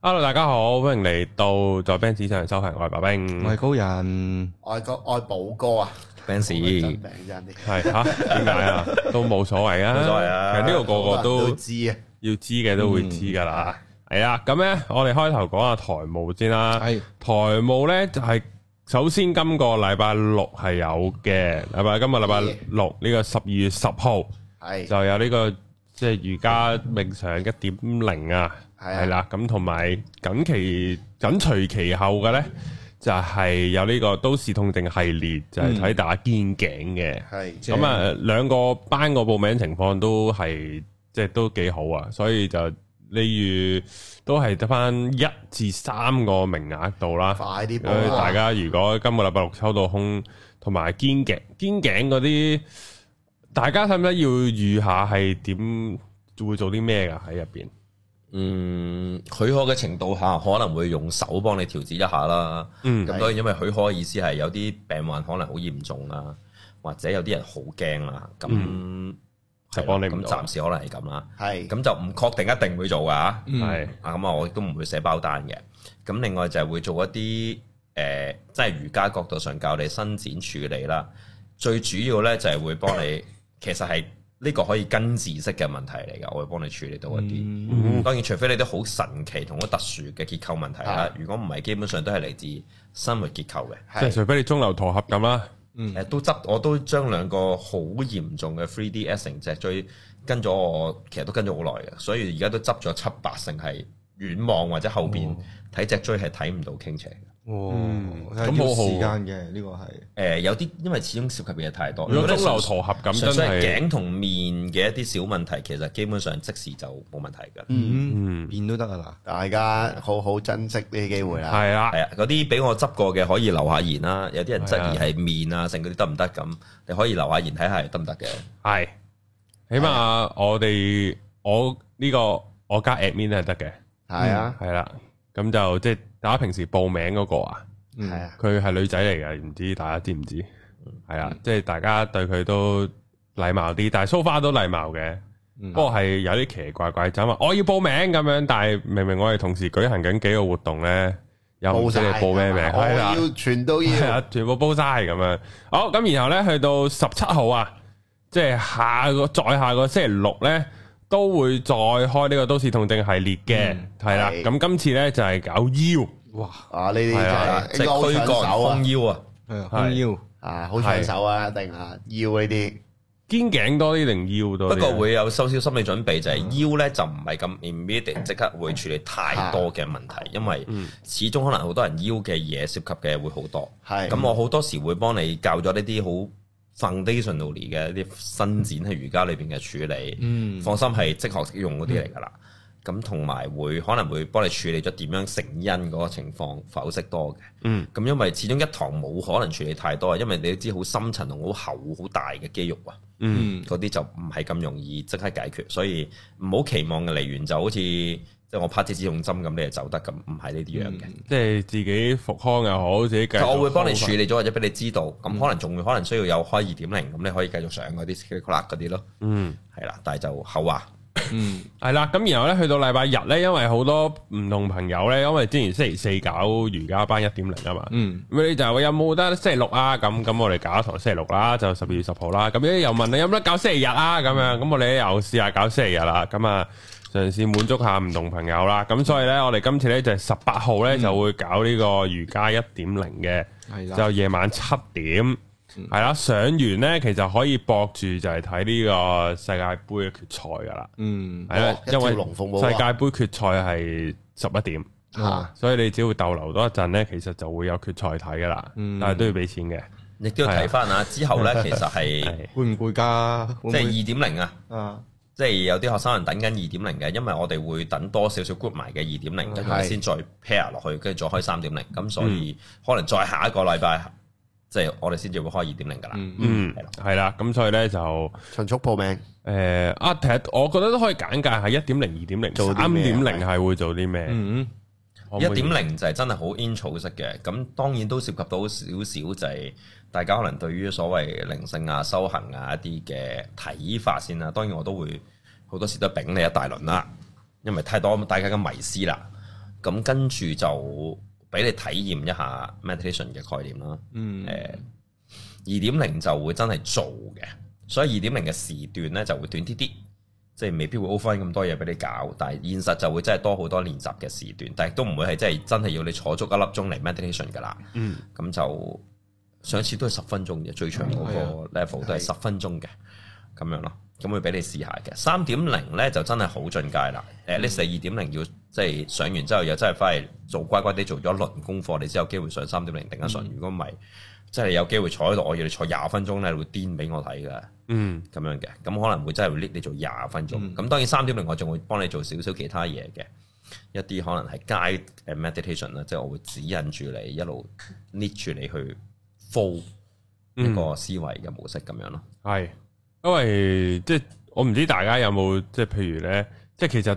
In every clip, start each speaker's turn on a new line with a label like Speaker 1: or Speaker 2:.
Speaker 1: Hello，大家好，歡迎嚟到在 b a n 紙上修行，我係白
Speaker 2: 嗯
Speaker 1: 冰，
Speaker 3: 我係高人
Speaker 4: 愛國愛寶哥啊，
Speaker 3: Benz，
Speaker 4: 病真啲，
Speaker 1: 係吓點解 啊？都冇所謂啊，
Speaker 2: 冇所謂啊
Speaker 1: 其實呢個個個
Speaker 4: 好多人
Speaker 1: 都
Speaker 4: 知啊，
Speaker 1: 要知嘅
Speaker 2: 嗯
Speaker 1: 都會知噶啦。係啊，咁咧我哋開頭講下台務先啦。
Speaker 3: 係
Speaker 1: 台務咧就係首先今個禮拜六係有嘅，禮拜今日禮拜六呢個十二月十號
Speaker 4: 係
Speaker 1: 就有呢個即係瑜伽冥想一點零啊，
Speaker 4: 係啊
Speaker 1: 係啦，咁同埋緊期緊隨其後嘅咧就係有呢個都市痛症系列，就
Speaker 4: 嗯
Speaker 1: 係睇打肩頸嘅。
Speaker 4: 係
Speaker 3: 即係
Speaker 1: 咁啊，兩個班個報名情況都係即係都幾好啊，所以就例如都係得翻一至三個名額度啦。
Speaker 4: 快啲
Speaker 1: 所
Speaker 4: 報啊
Speaker 1: 以
Speaker 2: 啊
Speaker 4: 啦
Speaker 1: 大家如果今個禮拜六抽到空，同埋肩頸肩頸嗰啲，大家使唔使要預下係點會做啲咩㗎喺入邊？
Speaker 2: 嗯，許可嘅程度下，可能會用手幫你調節一下啦。
Speaker 1: 嗯
Speaker 2: 咁當然，因為許可嘅意思係有啲病患可能好嚴重啦，或者有啲人好驚啦。咁
Speaker 1: 就
Speaker 2: 係啦
Speaker 1: 幫你唔
Speaker 2: 咁
Speaker 1: 到
Speaker 2: 暫時可能係咁啦。
Speaker 4: 係
Speaker 2: 咁就唔確定一定會做㗎。啊，
Speaker 1: 係
Speaker 2: 咁啊，我亦都唔會寫包單嘅。咁另外就係會做一啲誒、呃即係瑜伽角度上教你伸展處理啦。最主要咧就係會幫你，其實係呢個可以根治式嘅問題嚟㗎，我會幫你處理到一啲。
Speaker 1: 嗯
Speaker 2: 當然，除非你啲好神奇同好特殊嘅結構問題啦
Speaker 4: 啊，
Speaker 2: 如果唔係，基本上都係嚟自生活結構嘅。
Speaker 1: 即係
Speaker 4: 係
Speaker 1: 除非你中流陀合咁啦。
Speaker 2: 誒、都執我都將兩個好嚴重嘅 3D essing 脊椎跟咗我，其實都跟咗好耐嘅，所以而家都執咗七八成係遠望或者後
Speaker 1: 哦
Speaker 2: 邊睇脊椎係睇唔到傾斜嘅。誒、
Speaker 3: 哦，
Speaker 1: 咁
Speaker 3: 咁
Speaker 1: 好好
Speaker 3: 好時間嘅呢個係
Speaker 2: 有啲因為始終涉及嘅嘢太多，
Speaker 1: 如果中
Speaker 2: 純
Speaker 1: 流陀合咁真
Speaker 2: 純粹係
Speaker 1: 係，
Speaker 2: 頸同面嘅一啲小問題，其實基本上即時就冇問題㗎。
Speaker 3: 嗯變都得啊
Speaker 4: 大家好好珍惜呢啲機會啦，
Speaker 1: 係啦
Speaker 2: 係。啊，嗰啲俾我執過嘅可以留下言啦。有啲人質疑係面啊，剩嗰啲得唔得咁？你可以留下言睇下係得啊唔得嘅。
Speaker 1: 系，起碼我哋我呢、個我加 admin 都係得嘅，嗯
Speaker 4: 係啊
Speaker 1: 係啦，咁就即係大家平時報名嗰個啊，
Speaker 3: 嗯
Speaker 4: 係啊，
Speaker 1: 佢係女仔嚟嘅，唔知大家知唔知？
Speaker 4: 嗯
Speaker 1: 係啦，即係大家對佢都禮貌啲，但係 so far 都禮貌嘅，
Speaker 3: 嗯
Speaker 1: 不過係有啲奇怪怪就話哦我要報名咁樣，但係明明我哋同時舉行緊幾個活動咧，又唔
Speaker 4: 報
Speaker 1: 知你
Speaker 4: 晒
Speaker 1: 報咩名，
Speaker 4: 我
Speaker 1: 係啦。
Speaker 4: 要全都
Speaker 1: 係
Speaker 4: 要，
Speaker 1: 啊，全部煲晒咁樣。好，咁然後咧，去到十七號啊，即係下個再下個星期六咧，都會再開呢個都市痛症系列嘅，係啦。
Speaker 4: 嗯係
Speaker 1: 咁今次咧就係搞腰，
Speaker 3: 哇，
Speaker 4: 啊呢啲
Speaker 1: 係
Speaker 4: 真
Speaker 1: 啊
Speaker 4: 係
Speaker 2: 即
Speaker 4: 應該好
Speaker 2: 係
Speaker 4: 搶
Speaker 2: 軀幹
Speaker 4: 手啊
Speaker 2: 封，腰啊，
Speaker 3: 係啊，
Speaker 1: 係
Speaker 3: 空腰
Speaker 4: 啊好搶手啊，一定啊要呢啲
Speaker 1: 肩頸多啲定腰多
Speaker 2: 不
Speaker 1: 啲？啊
Speaker 2: 過會有少少心理準備，就係腰咧就唔係咁 immediate 即刻會處理太多嘅問題，因為始終可能好多人腰嘅嘢涉及嘅會好多。
Speaker 4: 係
Speaker 2: 咁我好多時會幫你教咗呢啲好 foundationally 嘅一啲伸展喺瑜伽裏邊嘅處理。
Speaker 3: 嗯
Speaker 2: 放心係即學即用嗰啲嚟㗎
Speaker 1: 嗯
Speaker 2: 啦。咁同埋會可能會幫你處理咗點樣成因嗰個情況剖析多嘅。
Speaker 1: 嗯，
Speaker 2: 咁因為始終一堂冇可能處理太多，因為你都知好深層同好厚好大嘅肌肉啊，
Speaker 1: 嗯
Speaker 3: 嗯
Speaker 2: 嗰啲就唔係咁容易即刻解決，所以唔好期望嘅嚟完就好似即係我拍支止痛針咁，你就走得咁，唔係呢啲樣嘅。
Speaker 1: 即係自己復康又好，自己嗯繼續嗯
Speaker 2: 我會幫你處理咗，或者俾你知道，咁可能仲會可能需要有開二點零，咁你可以繼續上嗰啲 c l 嗰啲咯，
Speaker 1: 嗯。
Speaker 2: 係啦，但係就啊後話。
Speaker 3: 嗯
Speaker 1: 系啦，咁然後咧，去到禮拜日咧，因為好多唔同朋友咧，因為之前星期四搞瑜伽班一點零啊嘛，
Speaker 3: 嗯，
Speaker 1: 咁你就話有冇得星期六啊？咁咁我哋搞一堂星期六啦，就十二月十號啦。咁咧又問你有冇得搞星期日啊？咁樣，咁我哋又試下搞星期日啦。咁啊，嘗試滿足下唔同朋友啦。咁所以咧，我哋今次咧就係十八號咧就會搞呢個瑜伽一點零嘅。
Speaker 3: 係啦，
Speaker 1: 就夜晚七點，
Speaker 4: 嗯
Speaker 1: 係啦、上完咧，其實可以搏住就係睇呢個世界盃嘅決賽噶啦，
Speaker 3: 嗯
Speaker 1: 係啦
Speaker 4: 哦，一
Speaker 1: 因
Speaker 4: 條
Speaker 1: 為
Speaker 4: 龍鳳舞
Speaker 1: 世
Speaker 4: 啊
Speaker 1: 界盃決賽係十一點，
Speaker 4: 嚇
Speaker 1: 所以你只要逗留多一陣咧，其實就會有決賽睇噶啦，
Speaker 4: 嗯
Speaker 1: 但係都要俾錢嘅，
Speaker 2: 亦都要睇翻啊！之後咧，其實
Speaker 4: 嗯
Speaker 2: 係
Speaker 1: 係
Speaker 3: 會唔會加？會唔
Speaker 2: 即
Speaker 3: 會
Speaker 2: 係二點零啊，
Speaker 3: 啊，
Speaker 2: 即係有啲學生人等緊二點零嘅，因為我哋會等多少少 group 埋嘅二點零，跟住
Speaker 4: 係
Speaker 2: 先再 pair 落去，跟住再開三點零，咁所以可能再下一個禮拜，即係我哋先至會開二點零噶啦。
Speaker 1: 嗯
Speaker 2: 係啦，
Speaker 1: 係啦，咁所以咧就。
Speaker 4: 迅速報名，
Speaker 1: 誒、啊，其實我覺得都可以簡介下一點零、二點零、
Speaker 4: 做
Speaker 1: 三
Speaker 4: 啲咩
Speaker 1: 點
Speaker 4: 啊
Speaker 1: 零係會做啲咩？
Speaker 3: 嗯
Speaker 1: 可唔可
Speaker 2: 一
Speaker 1: 以
Speaker 2: 點零就係真係好 intro 式嘅，咁當然都涉及到少少就係大家可能對於所謂靈性啊、修行啊一啲嘅睇法先啦。當然我都會好多時都丙你一大輪啦，因為太多大家嘅迷思啦。咁跟住就俾你體驗一下 meditation 嘅概念啦。
Speaker 3: 嗯，
Speaker 2: 誒二點零就會真係做嘅，所以二點零嘅時段咧就會短啲啲，即係未必會 offer 咁多嘢俾你搞，但係現實就會真係多好多練習嘅時段，但係都唔會係真係真係要你坐足一粒鐘嚟 meditation 㗎啦。
Speaker 1: 嗯，
Speaker 2: 咁就上次都係十分鐘嘅，最長嗰個 level 都
Speaker 4: 係
Speaker 2: 係十分鐘嘅，咁樣咯。咁會俾你試下嘅。三點零咧就真係好進階啦。誒、你 a 二點零要即係上完之後又真係翻嚟做乖乖地做咗一輪功課，你先有機會上三點零頂得順。如果唔係，即係你有機會坐喺度，我要你坐廿分鐘咧，你會癲俾我睇㗎。
Speaker 1: 嗯，
Speaker 2: 咁樣嘅，咁可能會真係會 lift 你做廿分鐘。咁、當然三點零我仲會幫你做少少其他嘢嘅，一啲可能係 guide and meditation 啦，即係我會指引住你一路 lead 住你去 full
Speaker 1: 嗯
Speaker 2: 一個思維嘅模式咁樣咯。
Speaker 1: 系，因為即系我唔知大家有冇即系譬如咧，即系其實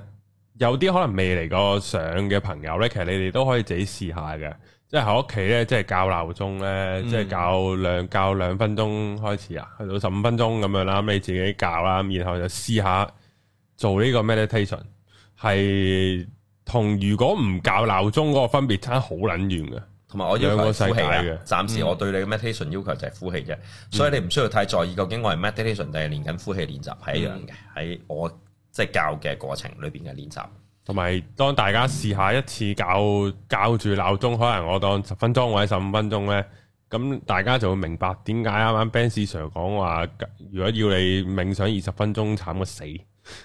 Speaker 1: 有啲可能未嚟過上嘅朋友咧，其實你哋都可以自己試下嘅。即係喺屋企咧，即係校鬧鐘咧，即係校兩校兩分鐘開始啊，去到十五分鐘咁樣啦，咁你自己校啦，咁然後就試下做呢個 meditation，係同如果唔校鬧鐘嗰個分別差好撚遠嘅。
Speaker 2: 同埋我要
Speaker 1: 兩個
Speaker 2: 求
Speaker 1: 世
Speaker 2: 係呼氣
Speaker 1: 界
Speaker 2: 嘅
Speaker 1: 嘅，嗯
Speaker 2: 暫時我對你嘅 meditation 要求就係呼氣啫，所以你唔需要太在意究竟我係 meditation 定係練緊呼氣練習係一樣嘅，
Speaker 1: 嗯
Speaker 2: 喺、我即係教嘅過程裏邊嘅練習。
Speaker 1: 同埋，當大家試下一次教教住鬧鐘，可能我當十分鐘或者十五分鐘呢，咁大家就會明白點解啱啱 Ben Sir 講話，如果要你冥想二十分鐘，慘過死，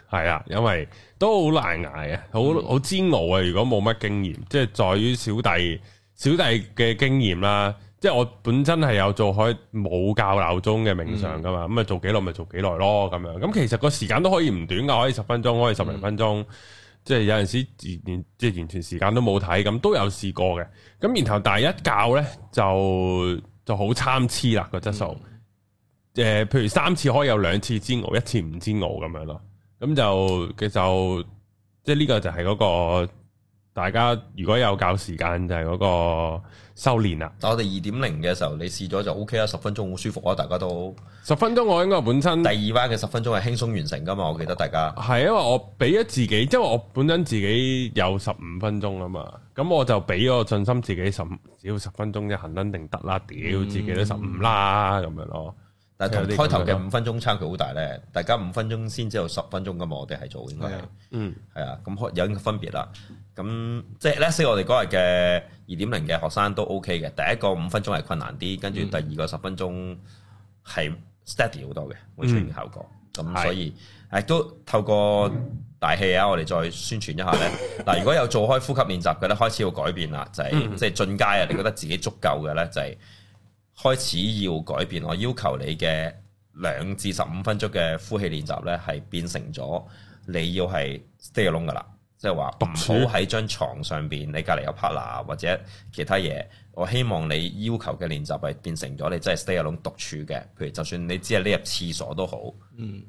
Speaker 1: 係啊，因為都好難捱嘅，啊好好煎熬啊！如果冇乜經驗，即係在於小弟小弟嘅經驗啦，即係我本身係有做開冇教鬧鐘嘅冥想噶嘛，咁啊、做幾耐咪做幾耐咯，咁樣咁其實個時間都可以唔短噶，可以十分鐘，可以十零分鐘。即係有陣時連即係完全時間都冇睇，咁都有試過嘅。咁然後但係一教咧就就好參差啦個質素。誒、譬如三次可以有兩次煎熬，一次唔煎熬咁樣咯。咁就嘅就即係呢個就係嗰、個大家如果有教時間就係嗰個修練啦。
Speaker 2: 但我哋二點零嘅時候，你試咗就 O K 啦，十分鐘好舒服啊，大家都。
Speaker 1: 十分鐘我應該本身
Speaker 2: 第二 round 嘅十分鐘係輕鬆完成噶嘛，我記得大家。
Speaker 1: 嗯係啊因為我俾咗自己，因為我本身自己有十五分鐘啊嘛，咁我就俾個信心自己十五，只要十分鐘啫，行撚定得啦，屌
Speaker 2: 嗯
Speaker 1: 自己都十五啦咁樣咯，
Speaker 2: 但係同
Speaker 1: 有啲
Speaker 2: 開頭
Speaker 1: 咁樣
Speaker 2: 嘅五分鐘差距好大咧，大家五分鐘先之後十分鐘噶嘛，我哋係做應該係
Speaker 3: 係啊
Speaker 1: 嗯
Speaker 2: 係啊，咁開有啲分別啦。咁即係 let's say 我哋嗰日嘅二點零嘅學生都 OK 嘅，第一個五分鐘係困難啲，跟住第二個十分鐘係 steady 好多嘅，會出現效果。咁、
Speaker 1: 係
Speaker 2: 所以誒都透過大氣啊，我哋再宣傳一下咧。嗱，如果有做開呼吸練習嘅咧，開始要改變啦，就係、即係進階啊。你覺得自己足夠嘅咧，就係、開始要改變。我要求你嘅兩至十五分鐘嘅呼氣練習咧，係變成咗你要係 stay alone 噶啦，即係話唔好喺張床上邊，你隔離有 partner 或者其他嘢。我希望你要求嘅練習係變成咗你真係 stay alone 獨處嘅，譬如就算你只係匿入廁所都好，
Speaker 3: 嗯，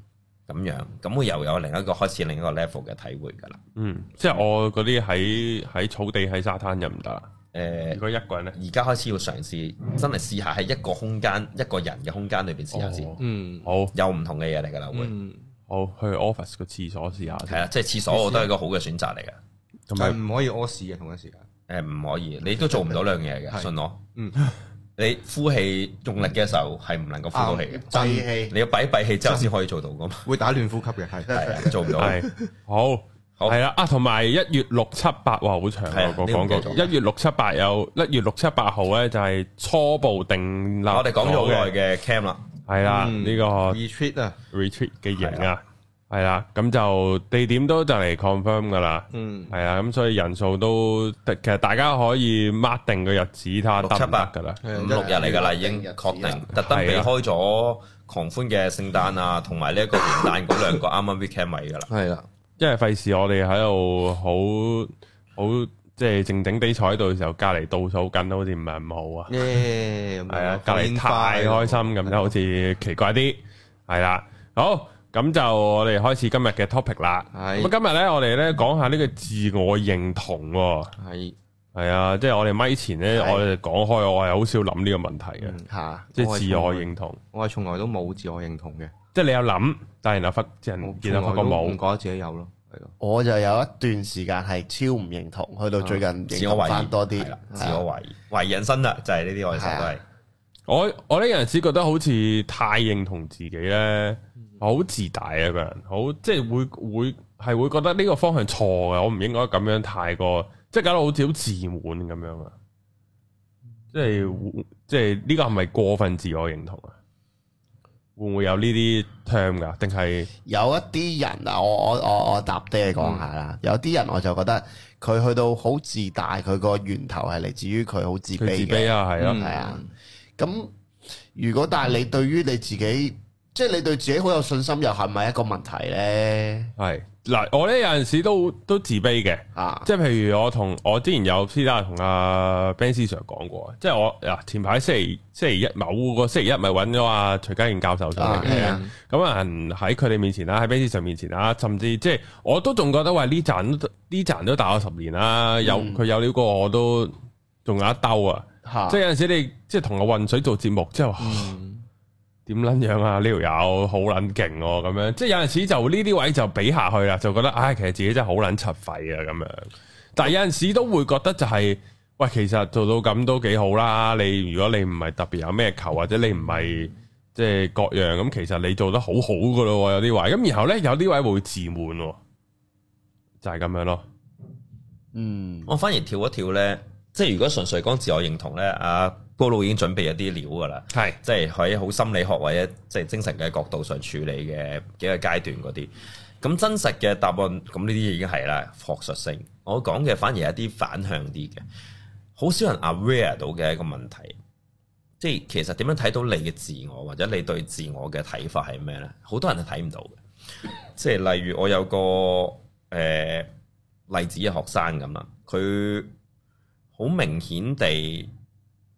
Speaker 2: 咁樣咁會又有另一個開始另一個 level 嘅體會㗎啦。
Speaker 1: 嗯，即係我嗰啲喺喺草地喺沙灘就唔得啦。
Speaker 2: 誒、
Speaker 1: 如果一個人咧，
Speaker 2: 呃而家開始要嘗試，真係試下喺一個空間、一個人嘅空間裏邊試下先，
Speaker 1: 哦
Speaker 3: 嗯，
Speaker 1: 好
Speaker 2: 有唔同嘅嘢嚟㗎啦，會
Speaker 3: 嗯，
Speaker 1: 好去 office 個廁所試下
Speaker 2: 係
Speaker 1: 先，
Speaker 2: 啊
Speaker 1: 啊
Speaker 2: 啦，即係廁所我都係一個好嘅選擇嚟嘅。
Speaker 1: 同
Speaker 3: 但
Speaker 1: 埋
Speaker 3: 係唔可以屙屎嘅同一時間。
Speaker 2: 誒呃唔可以，你都做唔到兩樣嘢嘅，
Speaker 3: 係
Speaker 2: 信我。
Speaker 3: 嗯，
Speaker 2: 你呼氣用力嘅時候係唔能夠呼到氣嘅，
Speaker 3: 嗯
Speaker 4: 真氣
Speaker 2: 你要閉閉氣之後先可以做到噶嘛，
Speaker 3: 會打亂呼吸嘅，係
Speaker 2: 係啊做唔到。
Speaker 1: 係好。
Speaker 2: 好
Speaker 1: 係啦，啊，同埋一月六七八，哇，好長
Speaker 2: 係
Speaker 1: 啊
Speaker 2: 啊
Speaker 1: 個
Speaker 2: 呢個
Speaker 1: 廣
Speaker 2: 唔記
Speaker 1: 告。
Speaker 2: 得咗
Speaker 1: 一月六七八有，一月六七八號咧就係初步定立。
Speaker 2: 嗱，我哋講咗好耐嘅 cam 啦，
Speaker 1: 係啦，
Speaker 3: 嗯
Speaker 1: 呢個
Speaker 3: retreat 啊，
Speaker 1: retreat 嘅型啊，係啦，咁就地點都就嚟 confirm 噶啦，
Speaker 3: 嗯，
Speaker 1: 係啊，咁所以人數都，其實大家可以 mark 定個日子睇下得唔得噶啦，
Speaker 3: 係啊
Speaker 2: 五六日嚟㗎啦，已經確定，特登避開咗狂歡嘅聖誕啊，同埋呢一個元旦嗰兩個啱啱 weekend 位㗎啦。
Speaker 3: 係啦，
Speaker 1: 因為費事我哋喺度好好即係靜靜地坐喺度嘅時候，隔離倒數緊，好似唔係咁好啊。
Speaker 3: 耶，咁樣
Speaker 1: 系啊，隔離
Speaker 3: 煙花
Speaker 1: 太開心咁就好似奇怪啲，係啦。好，咁就我哋開始今日嘅 topic 啦。
Speaker 3: 係
Speaker 1: 咁今日咧，我哋咧講下呢個自我認同喎。
Speaker 3: 係
Speaker 1: 係啊，即係我哋咪前咧，
Speaker 4: 係
Speaker 1: 我哋講開，我係好少諗呢個問題嘅，
Speaker 4: 嚇，
Speaker 1: 即係自我，認同。
Speaker 3: 嗯我係從來我係從來都冇自我認同嘅，
Speaker 1: 即係你有諗，但係然後發人
Speaker 3: 我
Speaker 1: 然後發覺
Speaker 3: 從來都
Speaker 1: 冇，
Speaker 3: 唔覺得自己有咯，係咯，
Speaker 4: 我就有一段時間係超唔認同，去到最近
Speaker 2: 自
Speaker 4: 認
Speaker 2: 我
Speaker 4: 同
Speaker 2: 懷疑
Speaker 4: 翻多啲
Speaker 2: 係啦，自
Speaker 4: 係啊
Speaker 2: 我懷疑懷疑人生啦，就係呢啲我哋都係
Speaker 1: 我我呢有阵时觉得好似太認同自己咧，好自大啊個人，好即係會會係會覺得呢個方向錯嘅，我唔應該咁樣太過，即係搞到好似好自滿咁樣啊！即係即係呢個係咪過分自我認同啊？會唔會有呢啲 term 噶？定係
Speaker 4: 有一啲人啊，我我我我搭爹講下啦。有啲人我就覺得佢去到好自大，佢個源頭係嚟自於佢好自
Speaker 1: 佢自
Speaker 4: 卑
Speaker 1: 卑
Speaker 4: 嘅。
Speaker 1: 啊？係
Speaker 3: 嗯
Speaker 1: 啊，
Speaker 4: 係啊，咁如果但係你對於你自己，即係你對自己好有信心，又係咪一個問題呢？
Speaker 1: 係嗱，我呢有阵时都都自卑嘅。
Speaker 4: 啊，
Speaker 1: 即係譬如我同我之前有私底下同阿 Ben Sir 講過，即係我嗱前排星期星期一某個星期一咪揾咗阿徐家燕教授上嚟
Speaker 4: 係
Speaker 1: 嘅
Speaker 4: 啊，
Speaker 1: 咁啊喺佢哋面前啦，喺 Ben Sir 面前啦，甚至即係我都仲覺得喂呢陣都呢陣都大我十年啦，有
Speaker 4: 嗯
Speaker 1: 佢有料過我都仲有一兜啊！
Speaker 4: 嚇，
Speaker 1: 即係有陣時你即係同我混水做節目，即係話點撚樣啊？呢條友好撚勁喎，咁樣即係有陣時就呢啲位就比下去啦，就覺得唉，其實自己真係好撚柒廢啊咁樣。但係有陣時都會覺得就係、喂，其實做到咁都幾好啦。你如果你唔係特別有咩球，或者你唔係即係各樣咁，其實你做得好好噶咯喎，有啲位咁，然後呢，有啲位會自滿喎，就係、咁樣咯。
Speaker 4: 嗯，
Speaker 2: 我反而跳一跳咧，即係如果純粹講自我認同咧，阿高佬已經準備咗啲料㗎啦。
Speaker 1: 係
Speaker 2: 即係喺好心理學或者即係精神嘅角度上處理嘅幾個階段嗰啲。咁真實嘅答案，咁呢啲已經係啦，學術性。我講嘅反而係一啲反向啲嘅，好少人 aware 到嘅一個問題。即係其實點樣睇到你嘅自我，或者你對自我嘅睇法係咩呢？好多人係睇唔到嘅。即係例如我有個誒、呃例子嘅學生咁啦，佢好明顯地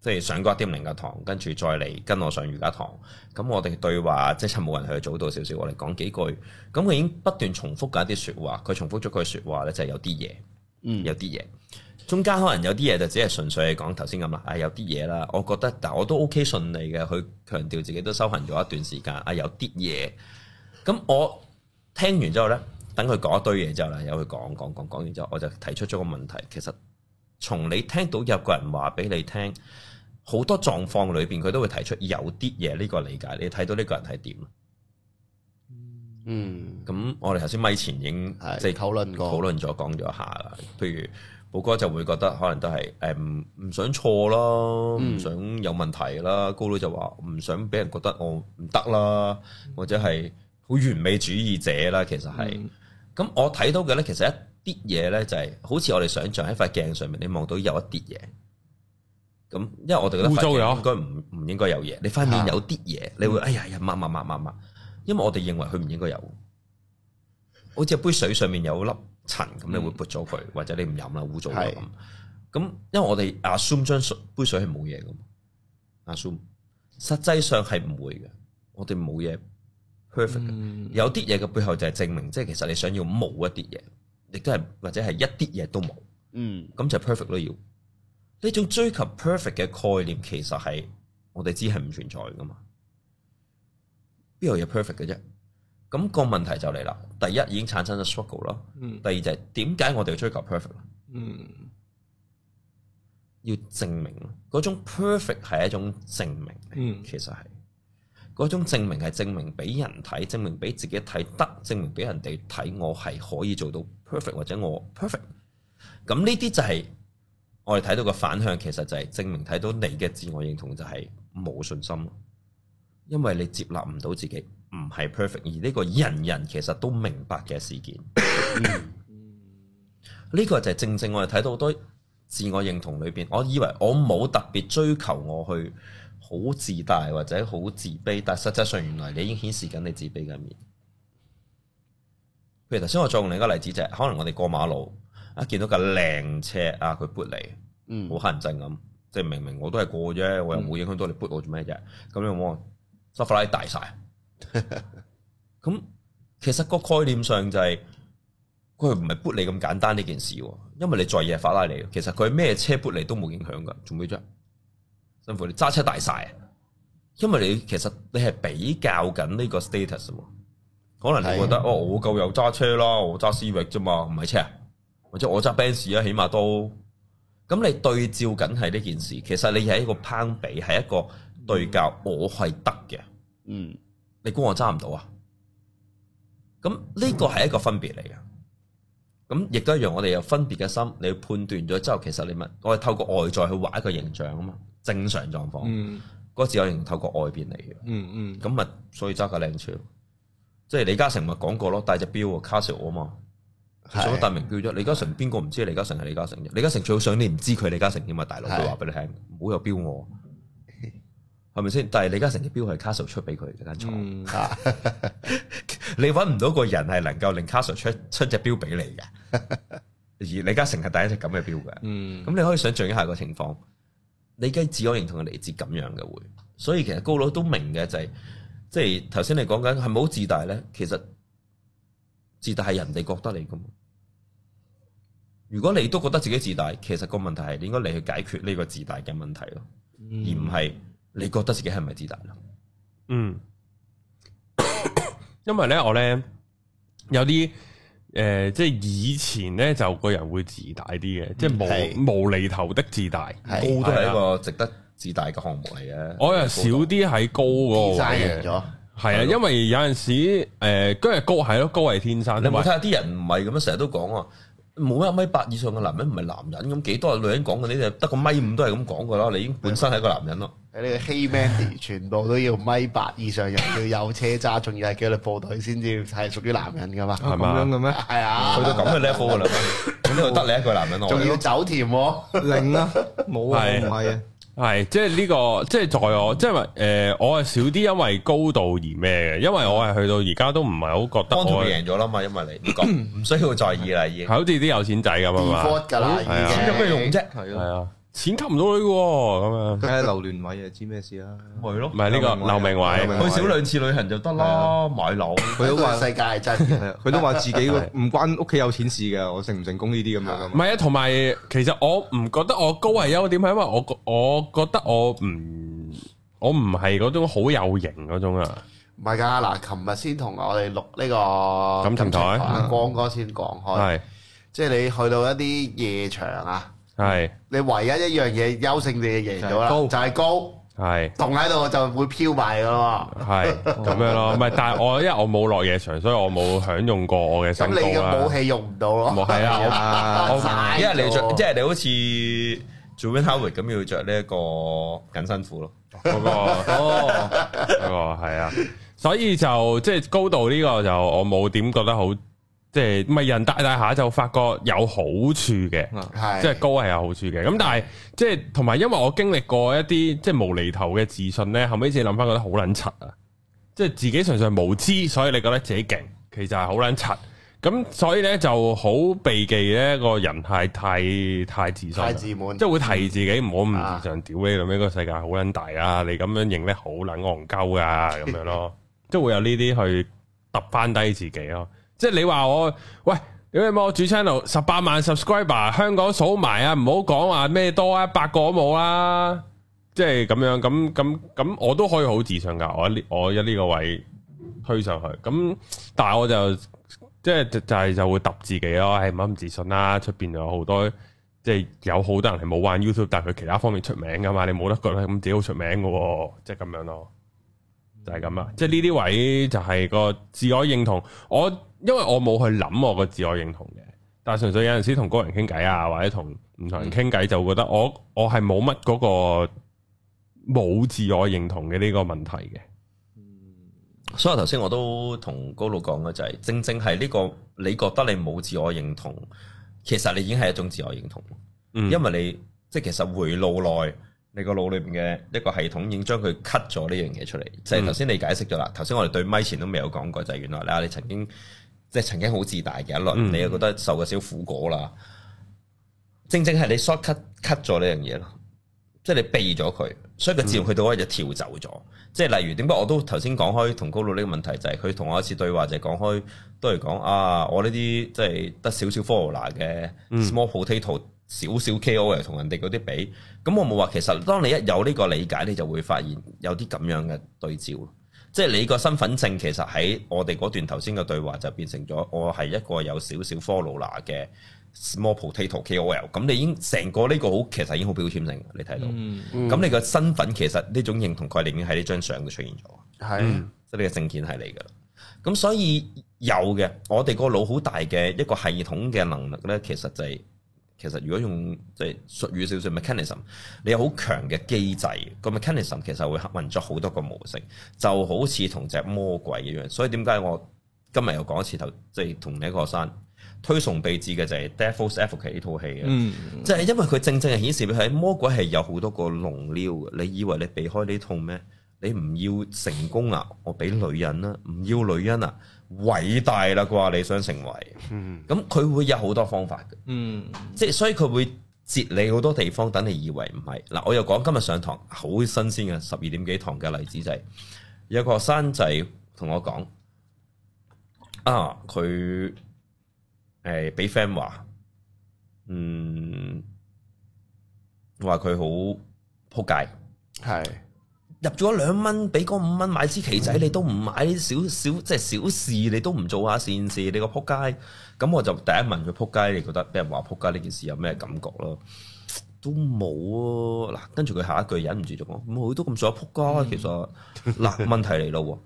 Speaker 2: 即係上過一點零嘅堂，跟住再嚟跟我上瑜伽堂。咁我哋對話即係趁冇人去早到少少，我哋講幾句。咁佢已經不斷重複緊一啲説話，佢重複咗句説話咧，就係有啲嘢，
Speaker 4: 嗯
Speaker 2: 有啲嘢。中間可能有啲嘢就只係純粹係講頭先咁啦，啊有啲嘢啦，我覺得但我都 OK 順利嘅，佢強調自己都修行咗一段時間，啊有啲嘢。咁我聽完之後咧，等佢講一堆嘢之後咧，由佢講講講講完之後，我就提出咗個問題，其實從你聽到有個人話俾你聽。好多狀況裏邊，佢都會提出有啲嘢呢個理解，你睇到呢個人係點咯？
Speaker 4: 嗯，
Speaker 2: 咁我哋頭先咪前已經
Speaker 4: 係
Speaker 2: 即係
Speaker 4: 討論過
Speaker 2: 討論咗講咗一下啦。譬如寶哥就會覺得可能都係誒唔唔想錯啦，唔想有問題啦。高佬就話唔想俾人覺得我唔得啦，或者係好完美主義者啦。其實係。咁我睇到嘅咧，其實一啲嘢咧就係、好似我哋想象喺塊鏡上面，你望到有一啲嘢。咁因為我哋覺得
Speaker 1: 污
Speaker 2: 塊
Speaker 1: 糟啊嗯咗
Speaker 2: 鏡應該唔唔應該有嘢，你塊面有啲嘢，你會哎呀呀抹抹抹抹抹，因為我哋認為佢唔應該有。好似杯水上面有粒塵
Speaker 1: 嗯
Speaker 2: 咁，你會撥咗佢，或者你唔飲啦，污糟啦
Speaker 4: 係
Speaker 2: 咁。咁因為我哋 assume 張水杯水係冇嘢噶嘛，assume 實際上係唔會嘅，我哋冇嘢 perfect 嘅。
Speaker 4: 嗯
Speaker 2: 有啲嘢嘅背後就係證明，即係其實你想要冇一啲嘢，亦都係或者係一啲嘢都冇，
Speaker 4: 嗯，
Speaker 2: 咁就 perfect 咯。要呢種追求 perfect 嘅概念，其實係我哋知係唔存在噶嘛。邊度有 perfect 嘅啫？咁、個問題就嚟啦。第一已經產生咗 struggle 啦，
Speaker 3: 嗯
Speaker 2: 第二就係點解我哋要追求 perfect 啦？
Speaker 3: 嗯
Speaker 2: 要證明咯嗰種 perfect 係一種證明嚟，
Speaker 3: 嗯
Speaker 2: 其實係嗰種證明係證明俾人睇，證明俾自己睇得，證明俾人哋睇我係可以做到 perfect 或者我 perfect。咁呢啲就係我哋睇到嘅反向，其實就係證明睇到你嘅自我認同就係冇信心咯，因為你接納唔到自己唔係 perfect，而呢個人人其實都明白嘅事件。呢個就係正正我哋睇到好多自我認同裏邊，我以為我冇特別追求我去好自大或者好自卑，但實際上原來你已經顯示緊你自卑嘅一面。譬如頭先我再用另一個例子就係、可能我哋過馬路啊，見到架靚車啊，佢撥嚟，
Speaker 4: 嗯，
Speaker 2: 好啊乞人憎咁，即係明明我都係過啫，我又冇影響到你撥我做咩啫？咁你有冇話塞法拉利大晒？咁其實個概念上就係、佢唔係 boot 你咁簡單呢件事喎，因為你在意係法拉利，其實佢咩車 boot 你都冇影響噶，做咩啫？辛苦你揸車大晒啊！因為你其實你係比較緊呢個 status 喎，可能你覺得哦，我夠有揸車啦，我揸思域啫嘛，唔係車啊，或者我揸 Benz 啊，起碼都咁你對照緊係呢件事，其實你係一個攀比，係一個對較，我係得嘅，
Speaker 4: 嗯，
Speaker 2: 你估我揸唔到啊？咁呢個係一個分別嚟嘅，咁亦都一樣，我哋有分別嘅心，你要判斷咗之後，其實你咪我係透過外在去畫一個形象啊嘛，正常狀況，
Speaker 3: 嗯
Speaker 2: 嗰個自我形象透過外邊嚟嘅。
Speaker 3: 嗯嗯，
Speaker 2: 咁咪所以揸架靚車咯，即係李嘉誠咪講過咯，戴隻錶啊 c a s i 啊嘛，
Speaker 4: 係
Speaker 2: 做咗大名錶啫。李嘉誠邊個唔知李嘉誠係李嘉誠啫？李嘉誠最好想你唔知佢係李嘉誠添啊嘛，大佬
Speaker 4: 係
Speaker 2: 佢話俾你聽，唔好有錶我，係咪先？但係李嘉誠嘅錶係 c a s i 出俾佢嘅間廠，
Speaker 3: 嗯
Speaker 4: 啊，
Speaker 2: 你揾唔到個人係能夠令 c a s i 出出隻錶俾你嘅，而李嘉誠係第一隻咁嘅錶嘅。
Speaker 3: 嗯
Speaker 2: 咁你可以想象一下個情況，你嘅自我認同係嚟自咁樣嘅會，所以其實高佬都明嘅就係、即係頭先你講緊係咪好自大咧？其實自大係人哋覺得你噶嘛。如果你都覺得自己自大，其實個問題係應該你去解決呢個自大嘅問題咯，
Speaker 4: 嗯
Speaker 2: 而唔係你覺得自己係咪自大咯。
Speaker 1: 嗯， 因為咧我咧有啲诶、呃即係以前咧就個人會自大啲嘅，即係
Speaker 4: 係
Speaker 1: 無無厘頭的自大。
Speaker 2: 高
Speaker 4: 係
Speaker 2: 都係一個值得自大嘅項目嚟嘅。
Speaker 1: 我又少啲喺高嗰個
Speaker 4: 晒
Speaker 1: 位嘅，
Speaker 4: 贏咗，
Speaker 1: 係啊，因為有陣時诶，跟、住高係咯，高係天生，
Speaker 2: 你有
Speaker 1: 同埋
Speaker 2: 冇睇下啲人唔係咁樣，成日都講啊，冇一米八以上嘅男人唔係男人咁，幾多女人講嘅呢？得個米五都係咁講噶啦，你已經本身係一個男人咯。
Speaker 4: 你呢個 Hey Mandy 全部都要米八以上，又要有車揸，仲要係紀律部隊先至係屬於男人噶嘛，
Speaker 1: 係
Speaker 3: 咁
Speaker 1: 嘛
Speaker 3: 樣嘅咩？
Speaker 4: 係啊
Speaker 2: 去，到咁嘅 level 噶啦， 咁呢度得你一個男人，我
Speaker 4: 仲要走甜喎，
Speaker 3: 零啊，冇啊，
Speaker 1: 係
Speaker 3: 唔係啊，
Speaker 1: 係，即係呢、個，即係在我，即係話誒，我係少啲因為高度而咩嘅，因為我係去到而家都唔係好覺得
Speaker 2: 幫
Speaker 1: 我
Speaker 2: 佢
Speaker 1: 係
Speaker 2: 贏咗啦嘛，因為你唔講，唔需要在意啦已經。
Speaker 1: 好似啲有錢仔咁啊嘛，
Speaker 4: default 噶啦，已
Speaker 1: 係啊
Speaker 2: 有咩用
Speaker 4: 經。
Speaker 2: 啫？
Speaker 3: 係
Speaker 1: 係
Speaker 3: 咯，
Speaker 1: 啊，錢吸唔到女喎，咁樣
Speaker 3: 梗係劉聯偉啊，知咩事啦？
Speaker 2: 咪咯啊
Speaker 1: 唔，係呢個劉明
Speaker 3: 劉明
Speaker 1: 偉
Speaker 3: 偉
Speaker 2: 去少兩次旅行就得
Speaker 3: 係
Speaker 2: 啦，買樓。
Speaker 3: 佢都
Speaker 4: 呢個
Speaker 3: 話
Speaker 4: 世界係真嘅，
Speaker 3: 係啊，佢都話自己個唔關屋企有錢事嘅，我成唔成功呢啲咁樣噶
Speaker 1: 唔
Speaker 3: 嘛。
Speaker 1: 係啊，同埋其實我唔覺得我高係優點，係因為我覺我覺得我唔我唔係嗰種好有型嗰種啊，
Speaker 4: 唔係㗎嗱，琴日先同我哋錄呢個
Speaker 1: 感情台
Speaker 4: 阿光哥先講開，
Speaker 1: 係
Speaker 4: 即係你去到一啲夜場啊，
Speaker 1: 係
Speaker 4: 你唯一一樣嘢優勝你就贏咗啦，
Speaker 3: 就
Speaker 4: 就
Speaker 3: 係高
Speaker 4: 係高。
Speaker 1: 係
Speaker 4: 同喺度就會飄埋噶咯
Speaker 1: 係咁樣咯，唔係，但係我因為我冇落夜場，所以我冇享用過我嘅
Speaker 4: 喎，咁
Speaker 1: 身
Speaker 4: 你嘅
Speaker 1: 高啊
Speaker 4: 武
Speaker 1: 啦，
Speaker 4: 器用唔到咯。
Speaker 1: 冇係啊我
Speaker 3: 啊
Speaker 1: 我
Speaker 4: 曬咗
Speaker 2: 因為你着，即係你好似 j u l i a n Howard 咁要着呢一個緊身褲咯。
Speaker 1: 嗰個。
Speaker 2: 哦。
Speaker 1: 嗰個係啊，所以就即係高度呢個就我冇點覺得好，即係咪人大大下就發覺有好處嘅，
Speaker 4: 係
Speaker 1: 即係高係有好處嘅。咁但係即係同埋因為我經歷過一啲即係無厘頭嘅自信呢，後尾先諗翻覺得好撚柒啊！即係自己純粹係無知，所以你覺得自己勁，其實係好撚柒。咁所以呢，就好避忌呢個人係太太自信啦，
Speaker 4: 太自滿
Speaker 1: 即係會提自己唔好咁
Speaker 4: 啊
Speaker 1: 自上屌你咁樣個世界好撚大啊！你咁樣認咧好撚戇鳩啊咁樣咯，即係會有呢啲去揼翻低自己咯。即係你話我喂，你有冇主 channel 十八萬 subscriber，香港數埋啊，唔好講話咩多啊，百個都冇啦。即係咁樣，咁咁咁，我都可以好自信噶。我呢我一呢個位推上去，咁但係我就即係就就係就會揼自己咯，係唔好咁自信啦。出邊有好多即係有好多人係冇玩 YouTube，但係佢其他方面出名噶嘛，你冇得覺得咁自己好出名噶喎，即係咁樣咯，就係咁啦。
Speaker 2: 嗯
Speaker 1: 即係呢啲位就係個自我認同。我因為我冇去諗我個自我認同嘅，但係純粹有陣時同高人傾偈啊，或者同唔
Speaker 2: 嗯
Speaker 1: 同人傾偈，就覺得我我係冇乜嗰個冇自我認同嘅呢個問題嘅。
Speaker 2: 所以頭先我都同高佬講嘅就係、正正係呢、個你覺得你冇自我認同，其實你已經係一種自我認同，
Speaker 1: 嗯
Speaker 2: 因為你即係其實回路內你個腦裏邊嘅一個系統已經將佢 cut 咗呢樣嘢出嚟。就
Speaker 1: 嗯
Speaker 2: 係頭先你解釋咗啦，頭先我哋對咪前都未有講過，就係、原來啦，你曾經即係曾經好自大嘅一輪，
Speaker 1: 嗯
Speaker 2: 你又覺得受咗少苦果啦。正正係你 short cut cut 咗呢樣嘢咯，即係你避咗佢，所以個
Speaker 1: 嗯
Speaker 2: 自然去到嗰日就跳走咗。即係例如點解我都頭先講開同高佬呢個問題，就係佢同我一次對話就係講開都係講啊，我呢啲即係得少少 formula 嘅 small potato 少少 KOL 同人哋嗰啲比，咁我冇話其實當你一有呢個理解，你就會發現有啲咁樣嘅對照。即係你個身份證其實喺我哋嗰段頭先嘅對話就變成咗，我係一個有少少 follow 嘅 small potato KOL。咁你已經成個呢個好，其實已經好標籤性嘅，你睇到。咁、你個身份其實呢種認同概念已經喺呢張相度出現咗，
Speaker 4: 係
Speaker 2: 即係呢個證件係你噶啦。咁所以有嘅，我哋個腦好大嘅一個系統嘅能力咧，其實就係、其實如果用即係術語少少 mechanism，你有好強嘅機制，個 mechanism 其實會運作好多個模式，就好似同隻魔鬼一樣。所以點解我今日又講一次頭，即係同你一個學生推崇備至嘅就係《Devil's Advocate》呢套戲啊嘅。
Speaker 3: 嗯，
Speaker 2: 即係因為佢正正係顯示俾佢睇魔鬼係有好多個龍撩嘅，你以為你避開呢痛咩？你唔要成功啊，我俾女人啦、唔要女人啊，偉大啦啩，你想成為，咁佢、會有好多方法嘅，
Speaker 3: 嗯，
Speaker 2: 即係所以佢會截你好多地方，等你以為唔係。嗱，我又講今日上堂好新鮮嘅十二點幾堂嘅例子就係、有個學生就係同我講，啊，佢誒俾 friend 話。嗯，話佢好扑街，
Speaker 4: 係
Speaker 2: 入咗兩蚊，俾嗰五蚊買支旗仔，你都唔買少少，即係小事，你都唔做下善事，你個扑街。咁我就第一問佢扑街，你覺得俾人話扑街呢件事有咩感覺咯？都冇啊！嗱，跟住佢下一句忍唔住就講：冇都咁想扑街。其實嗱，問題嚟咯喎。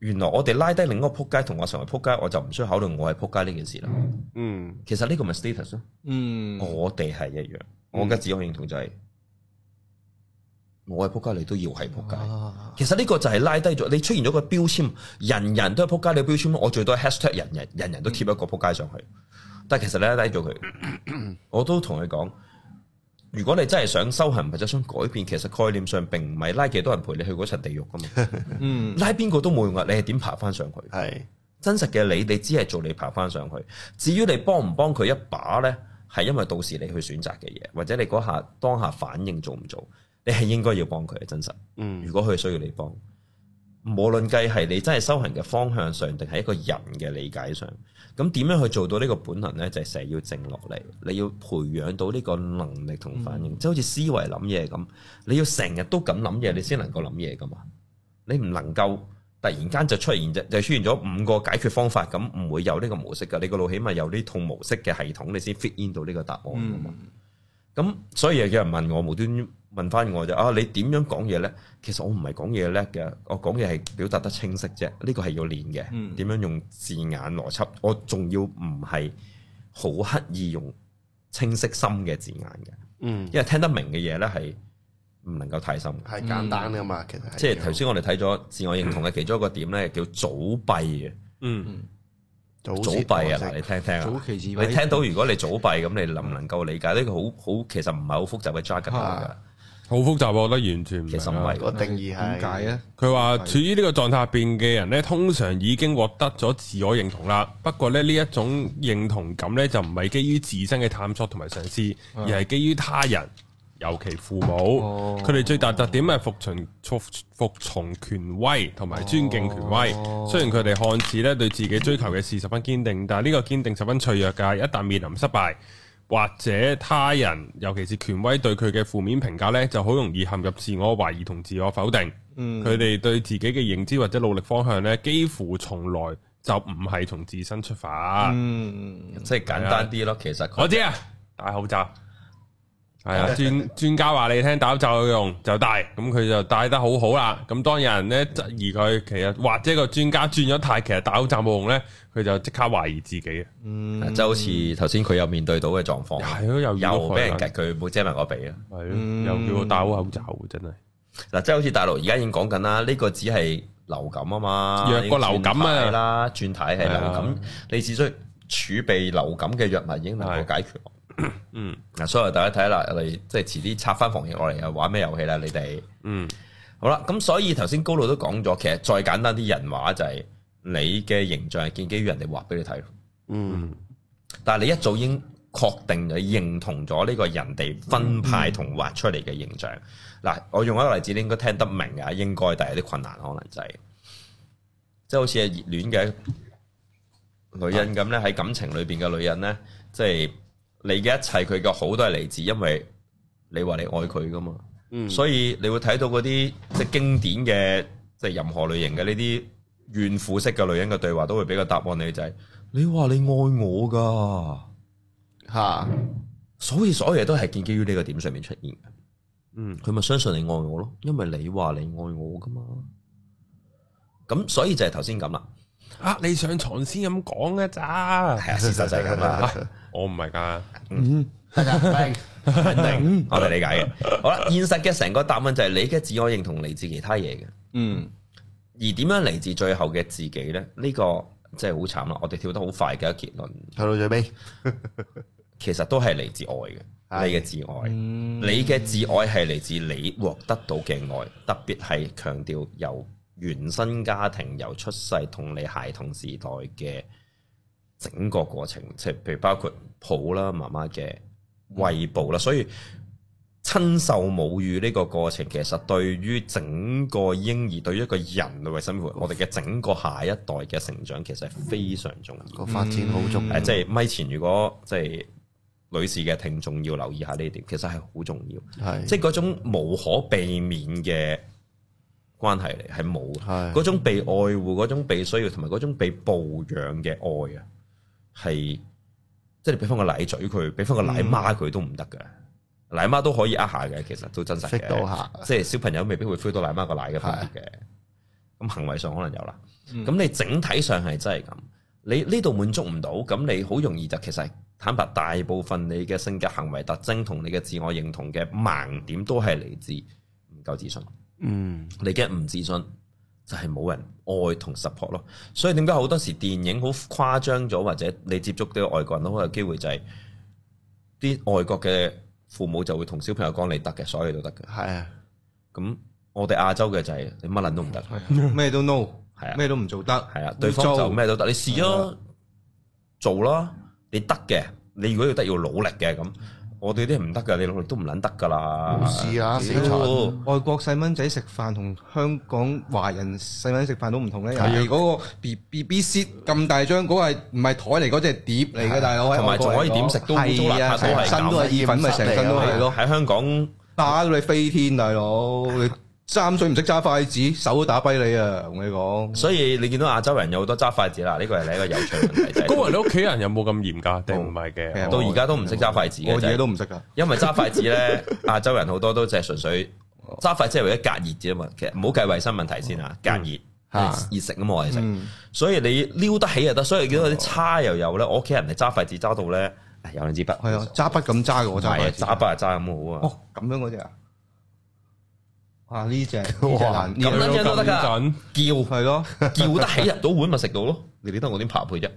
Speaker 2: 原來我哋拉低另一個扑街，同我成為扑街，我就唔需要考慮我係扑街呢件事啦。
Speaker 1: 嗯
Speaker 2: 其實呢個咪 status 咯。
Speaker 3: 嗯，
Speaker 2: 我哋係一樣，我嘅自我認同就係、我係仆街，你都要係仆
Speaker 3: 哦
Speaker 2: 街。其實呢個就係拉低咗，你出現咗個標籤，人人都係仆街你嘅標籤，我最多 hashtag 人人，人人都貼一個仆街上去。但係其實你拉低咗佢，我都同佢講，如果你真係想修行或者想改變，其實概念上並唔係拉幾多人陪你去嗰層地獄噶嘛，
Speaker 3: 嗯，
Speaker 2: 拉邊個都冇用啊！你係點爬翻上去？
Speaker 4: 係
Speaker 2: 真實嘅你，你只係做你爬翻上去。至於你幫唔幫佢一把呢，係因為到時你去選擇嘅嘢，或者你嗰下當下反應做唔做，你係應該要幫佢嘅真實。
Speaker 1: 嗯
Speaker 2: 如果佢需要你幫，無論計係你真係修行嘅方向上，定係一個人嘅理解上，咁點樣去做到呢個本能呢？就係成日要靜落嚟，你要培養到呢個能力同反應，即係好似思維諗嘢咁，你要成日都咁諗嘢，你先能夠諗嘢噶嘛。你唔能夠突然間就出現就就出現咗五個解決方法，咁唔會有呢個模式噶。你個腦起碼有呢套模式嘅系統，你先 fit in 到呢個答案噶
Speaker 3: 嗯
Speaker 2: 嘛。咁所以有人問我無端端問翻我就啊，你點樣講嘢呢？其實我唔係講嘢叻嘅，我講嘢係表達得清晰啫。呢個係要練嘅，
Speaker 3: 嗯
Speaker 2: 點樣用字眼邏輯，我仲要唔係好刻意用清晰深嘅字眼嘅，
Speaker 1: 嗯
Speaker 2: 因為聽得明嘅嘢呢係唔能夠太深嘅。
Speaker 4: 係簡單噶嘛，其實係啊
Speaker 2: 嗯即係頭先我哋睇咗自我認同嘅其中一個點咧，叫早閉嘅
Speaker 1: 嗯
Speaker 4: 早
Speaker 2: 早
Speaker 4: 泄
Speaker 2: 閉啊！
Speaker 4: 我
Speaker 2: 嗱，
Speaker 4: 識
Speaker 2: 你聽聽
Speaker 3: 早
Speaker 2: 啊，
Speaker 3: 期自
Speaker 2: 你聽到如果你早閉咁，你能唔能夠理解呢個好好其實唔係好複雜嘅 jargon 嚟㗎
Speaker 4: 啊
Speaker 1: 好複雜，我覺得完全唔
Speaker 2: 其實唔
Speaker 1: 明啊
Speaker 2: 係
Speaker 4: 個定義係
Speaker 3: 點解
Speaker 2: 啊
Speaker 3: 咧？
Speaker 1: 佢話處於呢個狀態入邊嘅人呢，通常已經獲得咗自我認同啦。不過咧，呢一種認同感呢，就唔係基於自身嘅探索同埋嘗試，而係基於他人，尤其父母
Speaker 3: 哦。
Speaker 1: 佢哋最大特點係服從服服從權威同埋尊敬權威。雖然佢哋看似咧對自己追求嘅事十分堅定，但係呢個堅定十分脆弱㗎。一旦面臨失敗，或者他人，尤其是權威對佢嘅負面評價呢，就好容易陷入自我懷疑同自我否定。
Speaker 3: 嗯，
Speaker 1: 佢哋對自己嘅認知或者努力方向呢，幾乎從來就唔係從自身出發。
Speaker 4: 啊
Speaker 3: 嗯，
Speaker 2: 即係簡單啲咯。其實
Speaker 1: 我
Speaker 2: 佢
Speaker 1: 知啊，戴口罩係啊，專專家話你聽戴口罩有用就戴，咁佢就戴得好好啦。咁當有人呢質疑佢，其實或者個專家轉咗態，其實戴口罩冇用呢，佢就即刻懷疑自己。
Speaker 4: 嗯
Speaker 2: 即係好似頭先佢有面對到嘅狀
Speaker 3: 嗯
Speaker 2: 況，
Speaker 1: 係咯，又遇到
Speaker 2: 又俾人
Speaker 1: 害
Speaker 2: 夾佢冇遮埋個鼻啊！
Speaker 1: 係咯，又叫我戴好口罩，真係
Speaker 2: 嗱，即係好似大陸而家已經講緊啦，呢個只係流感啊嘛，
Speaker 1: 弱過流感啊
Speaker 2: 已經轉軚啦，轉體係流
Speaker 1: 係啊
Speaker 2: 感，你只需儲備流感嘅藥物已經能夠解決。
Speaker 1: 嗯，
Speaker 2: 嗱，所以大家睇啦，我哋即係遲啲拆翻防疫落嚟，又啊玩咩遊戲啦？你哋
Speaker 1: 嗯
Speaker 2: 好啦，咁所以頭先高佬都講咗，其實再簡單啲人話就係、你嘅形象係建基於人哋畫俾你睇咯，
Speaker 1: 嗯
Speaker 2: 但係你一早已經確定你認同咗呢個人哋分派同畫出嚟嘅形象。嗱、我用一個例子，你應該聽得明啊，應該，但係有啲困難可能就係、即係好似係熱戀嘅女人咁咧，喺感情裏邊嘅女人咧，即係你嘅一切佢嘅好都係嚟自因為
Speaker 4: 嗯
Speaker 2: 你話你愛佢噶嘛，所以你會睇到嗰啲即係經典嘅即係任何類型嘅呢啲怨婦式嘅女人嘅對話，都會俾個答案你就係、你話你愛我㗎，
Speaker 4: 吓，
Speaker 2: 所以所有嘢都係建基於呢個點上面出現嘅。
Speaker 1: 嗯，
Speaker 2: 佢咪相信你愛我咯，因為你話你愛我㗎嘛。咁所以就係頭先咁啦，
Speaker 1: 啊，你上床先咁講嘅咋？
Speaker 2: 係啊，事實就係 咁啊啦。
Speaker 1: 我唔係㗎，
Speaker 4: 得噶， 明
Speaker 2: 肯定，我哋理解嘅。好啦，現實嘅成個答案就係你嘅自我認同嚟自其他嘢嘅，
Speaker 3: 嗯，
Speaker 2: 而點樣嚟自最後嘅自己呢？呢、個真係好慘啦！我哋跳得好快嘅一結論，
Speaker 4: 去到最尾，
Speaker 2: 其實都係嚟自愛嘅，
Speaker 4: 係
Speaker 2: 你嘅自愛，
Speaker 3: 嗯
Speaker 2: 你嘅自愛係嚟自你獲得到嘅愛，特別係強調由原生家庭、由出世同你孩童時代嘅整個過程，即係譬如包括抱啦、媽媽嘅餵哺啦，所以。親受母乳呢個過程，其實對於整個嬰兒，對於一個人類嘅生活，我哋嘅整個下一代嘅成長，其實係非常重要。
Speaker 4: 個發展好重
Speaker 2: 誒、
Speaker 4: 要，
Speaker 2: 即係咪前如果即係女士嘅聽眾要留意下呢點，其實係好重要，
Speaker 4: 係
Speaker 2: 嗯即係嗰種無可避免嘅關係嚟，係冇嘅
Speaker 4: 係
Speaker 2: 嗰種被愛護、嗰種被需要同埋嗰種被哺養嘅愛啊，係即係你俾翻個奶嘴佢，俾翻個
Speaker 4: 嗯
Speaker 2: 奶媽佢都唔得嘅，奶媽都可以呃下嘅，其實都真實
Speaker 4: fit 到
Speaker 2: 嘅，
Speaker 4: 下，
Speaker 2: 即係小朋友未必會 feel 到奶媽個奶嘅分別嘅，咁行為上可能有啦。
Speaker 3: 嗯
Speaker 2: 咁你整體上係真係咁，你呢度滿足唔到，咁你好容易就其實坦白，大部分你嘅性格行為特徵同你嘅自我認同嘅盲點都係嚟自唔夠自信。
Speaker 1: 嗯，
Speaker 2: 你嘅唔自信就係冇人愛同 support 咯。所以點解好多時電影好誇張咗，或者你接觸到外國人都好有機會就係、啲外國嘅父母就會同小朋友講你得嘅，所有嘢都得嘅。
Speaker 4: 係啊，
Speaker 2: 咁我哋亞洲嘅就係、你乜撚都唔得，
Speaker 3: 咩都 no，
Speaker 2: 係啊
Speaker 3: 咩都唔做得，
Speaker 2: 係啊，對方就咩都得，你試啊，做啦，你得嘅，你如果要得要努力嘅咁。我哋啲唔得㗎，你努力都唔撚得㗎啦。
Speaker 4: 試下啊死蠢
Speaker 2: 啊屌
Speaker 3: 外國細蚊仔食飯同香港華人細蚊仔食飯都唔同咧，
Speaker 4: 係啊
Speaker 3: 人哋嗰個 B B B C 咁大張，嗰個係唔係台嚟嗰只碟嚟嘅大佬？喺
Speaker 2: 啊同埋
Speaker 3: 外國
Speaker 2: 仲可以
Speaker 3: 嚟講
Speaker 2: 點食都污糟
Speaker 3: 係啊，
Speaker 2: 邋遢都係
Speaker 3: 成
Speaker 2: 啊
Speaker 3: 身都係意粉，咪成身都係
Speaker 2: 係咯，
Speaker 3: 咯，
Speaker 2: 喺香港
Speaker 3: 打到你飛天大佬，你三歲唔識揸筷子，手都打跛你啊！同你講，
Speaker 2: 所以你見到亞洲人有好多揸筷子啦，呢個係另一個有趣嘅問題。就係
Speaker 1: 高人你屋企人有冇咁嚴㗎？定唔係
Speaker 3: 其
Speaker 1: 嘅
Speaker 3: 實？
Speaker 2: 到而家都唔識揸筷子嘅，
Speaker 3: 我
Speaker 2: 就
Speaker 3: 哦嘢
Speaker 2: 係
Speaker 3: 都唔識噶。啊
Speaker 2: 因為揸筷子咧，亞洲人好多都就係純粹揸筷子係為咗隔熱啫嘛。其實唔好計衞生問題先啊，隔熱
Speaker 4: 嚇
Speaker 2: 熱食啊嘛，我哋食，
Speaker 3: 嗯，
Speaker 2: 所以你撩得起就得。所以見到啲叉又有咧，我屋企人係揸筷子揸到咧，唉 有兩支筆，
Speaker 3: 係啊，揸筆咁揸嘅我
Speaker 2: 係
Speaker 3: 揸
Speaker 2: 啊，
Speaker 3: 筷子
Speaker 2: 揸筆啊揸咁好啊。
Speaker 3: 哦，咁樣嗰只啊，哇呢只呢只
Speaker 4: 哇
Speaker 3: 難，
Speaker 2: 咁撚樣都得㗎
Speaker 1: 咁，
Speaker 2: 叫
Speaker 3: 係咯。
Speaker 2: 叫得起入到碗咪食到咯。 你理得我點爬配啫？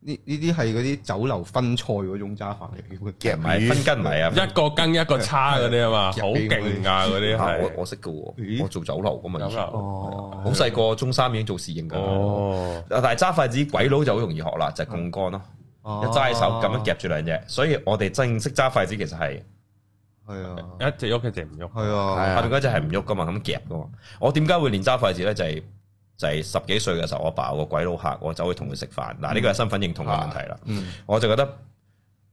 Speaker 3: 呢呢啲係嗰啲酒樓分菜嗰種揸法嚟嘅，
Speaker 4: 夾
Speaker 2: 唔係分羹唔係啊，
Speaker 1: 一個羹一個叉嗰啲啊嘛，
Speaker 3: 入
Speaker 1: 好勁㗎嗰啲
Speaker 2: 啊我
Speaker 1: 係。
Speaker 2: 我識嘅喎，
Speaker 3: 咦
Speaker 2: 我做酒樓噶嘛
Speaker 1: 有
Speaker 2: 以前。
Speaker 1: 啦，
Speaker 3: 哦
Speaker 2: 好細個中三已經做侍應㗎啦。
Speaker 1: 哦，
Speaker 2: 但係揸筷子鬼佬就好容易學啦，就係槓桿咯，
Speaker 3: 啊
Speaker 2: 一揸起手咁樣，夾住兩隻。所以我哋正式揸筷子其實係
Speaker 3: 係啊，
Speaker 1: 一隻喐一隻唔喐。
Speaker 3: 係啊，
Speaker 4: 係
Speaker 2: 下
Speaker 4: 啊
Speaker 2: 邊嗰隻係唔喐㗎嘛，咁夾㗎嘛。我點解會練揸筷子咧？就係就係十幾歲嘅時候，我爸有個鬼佬客，我走去同佢食飯。嗱，呢個係身份認同嘅問題啦。
Speaker 3: 嗯
Speaker 2: 我就覺得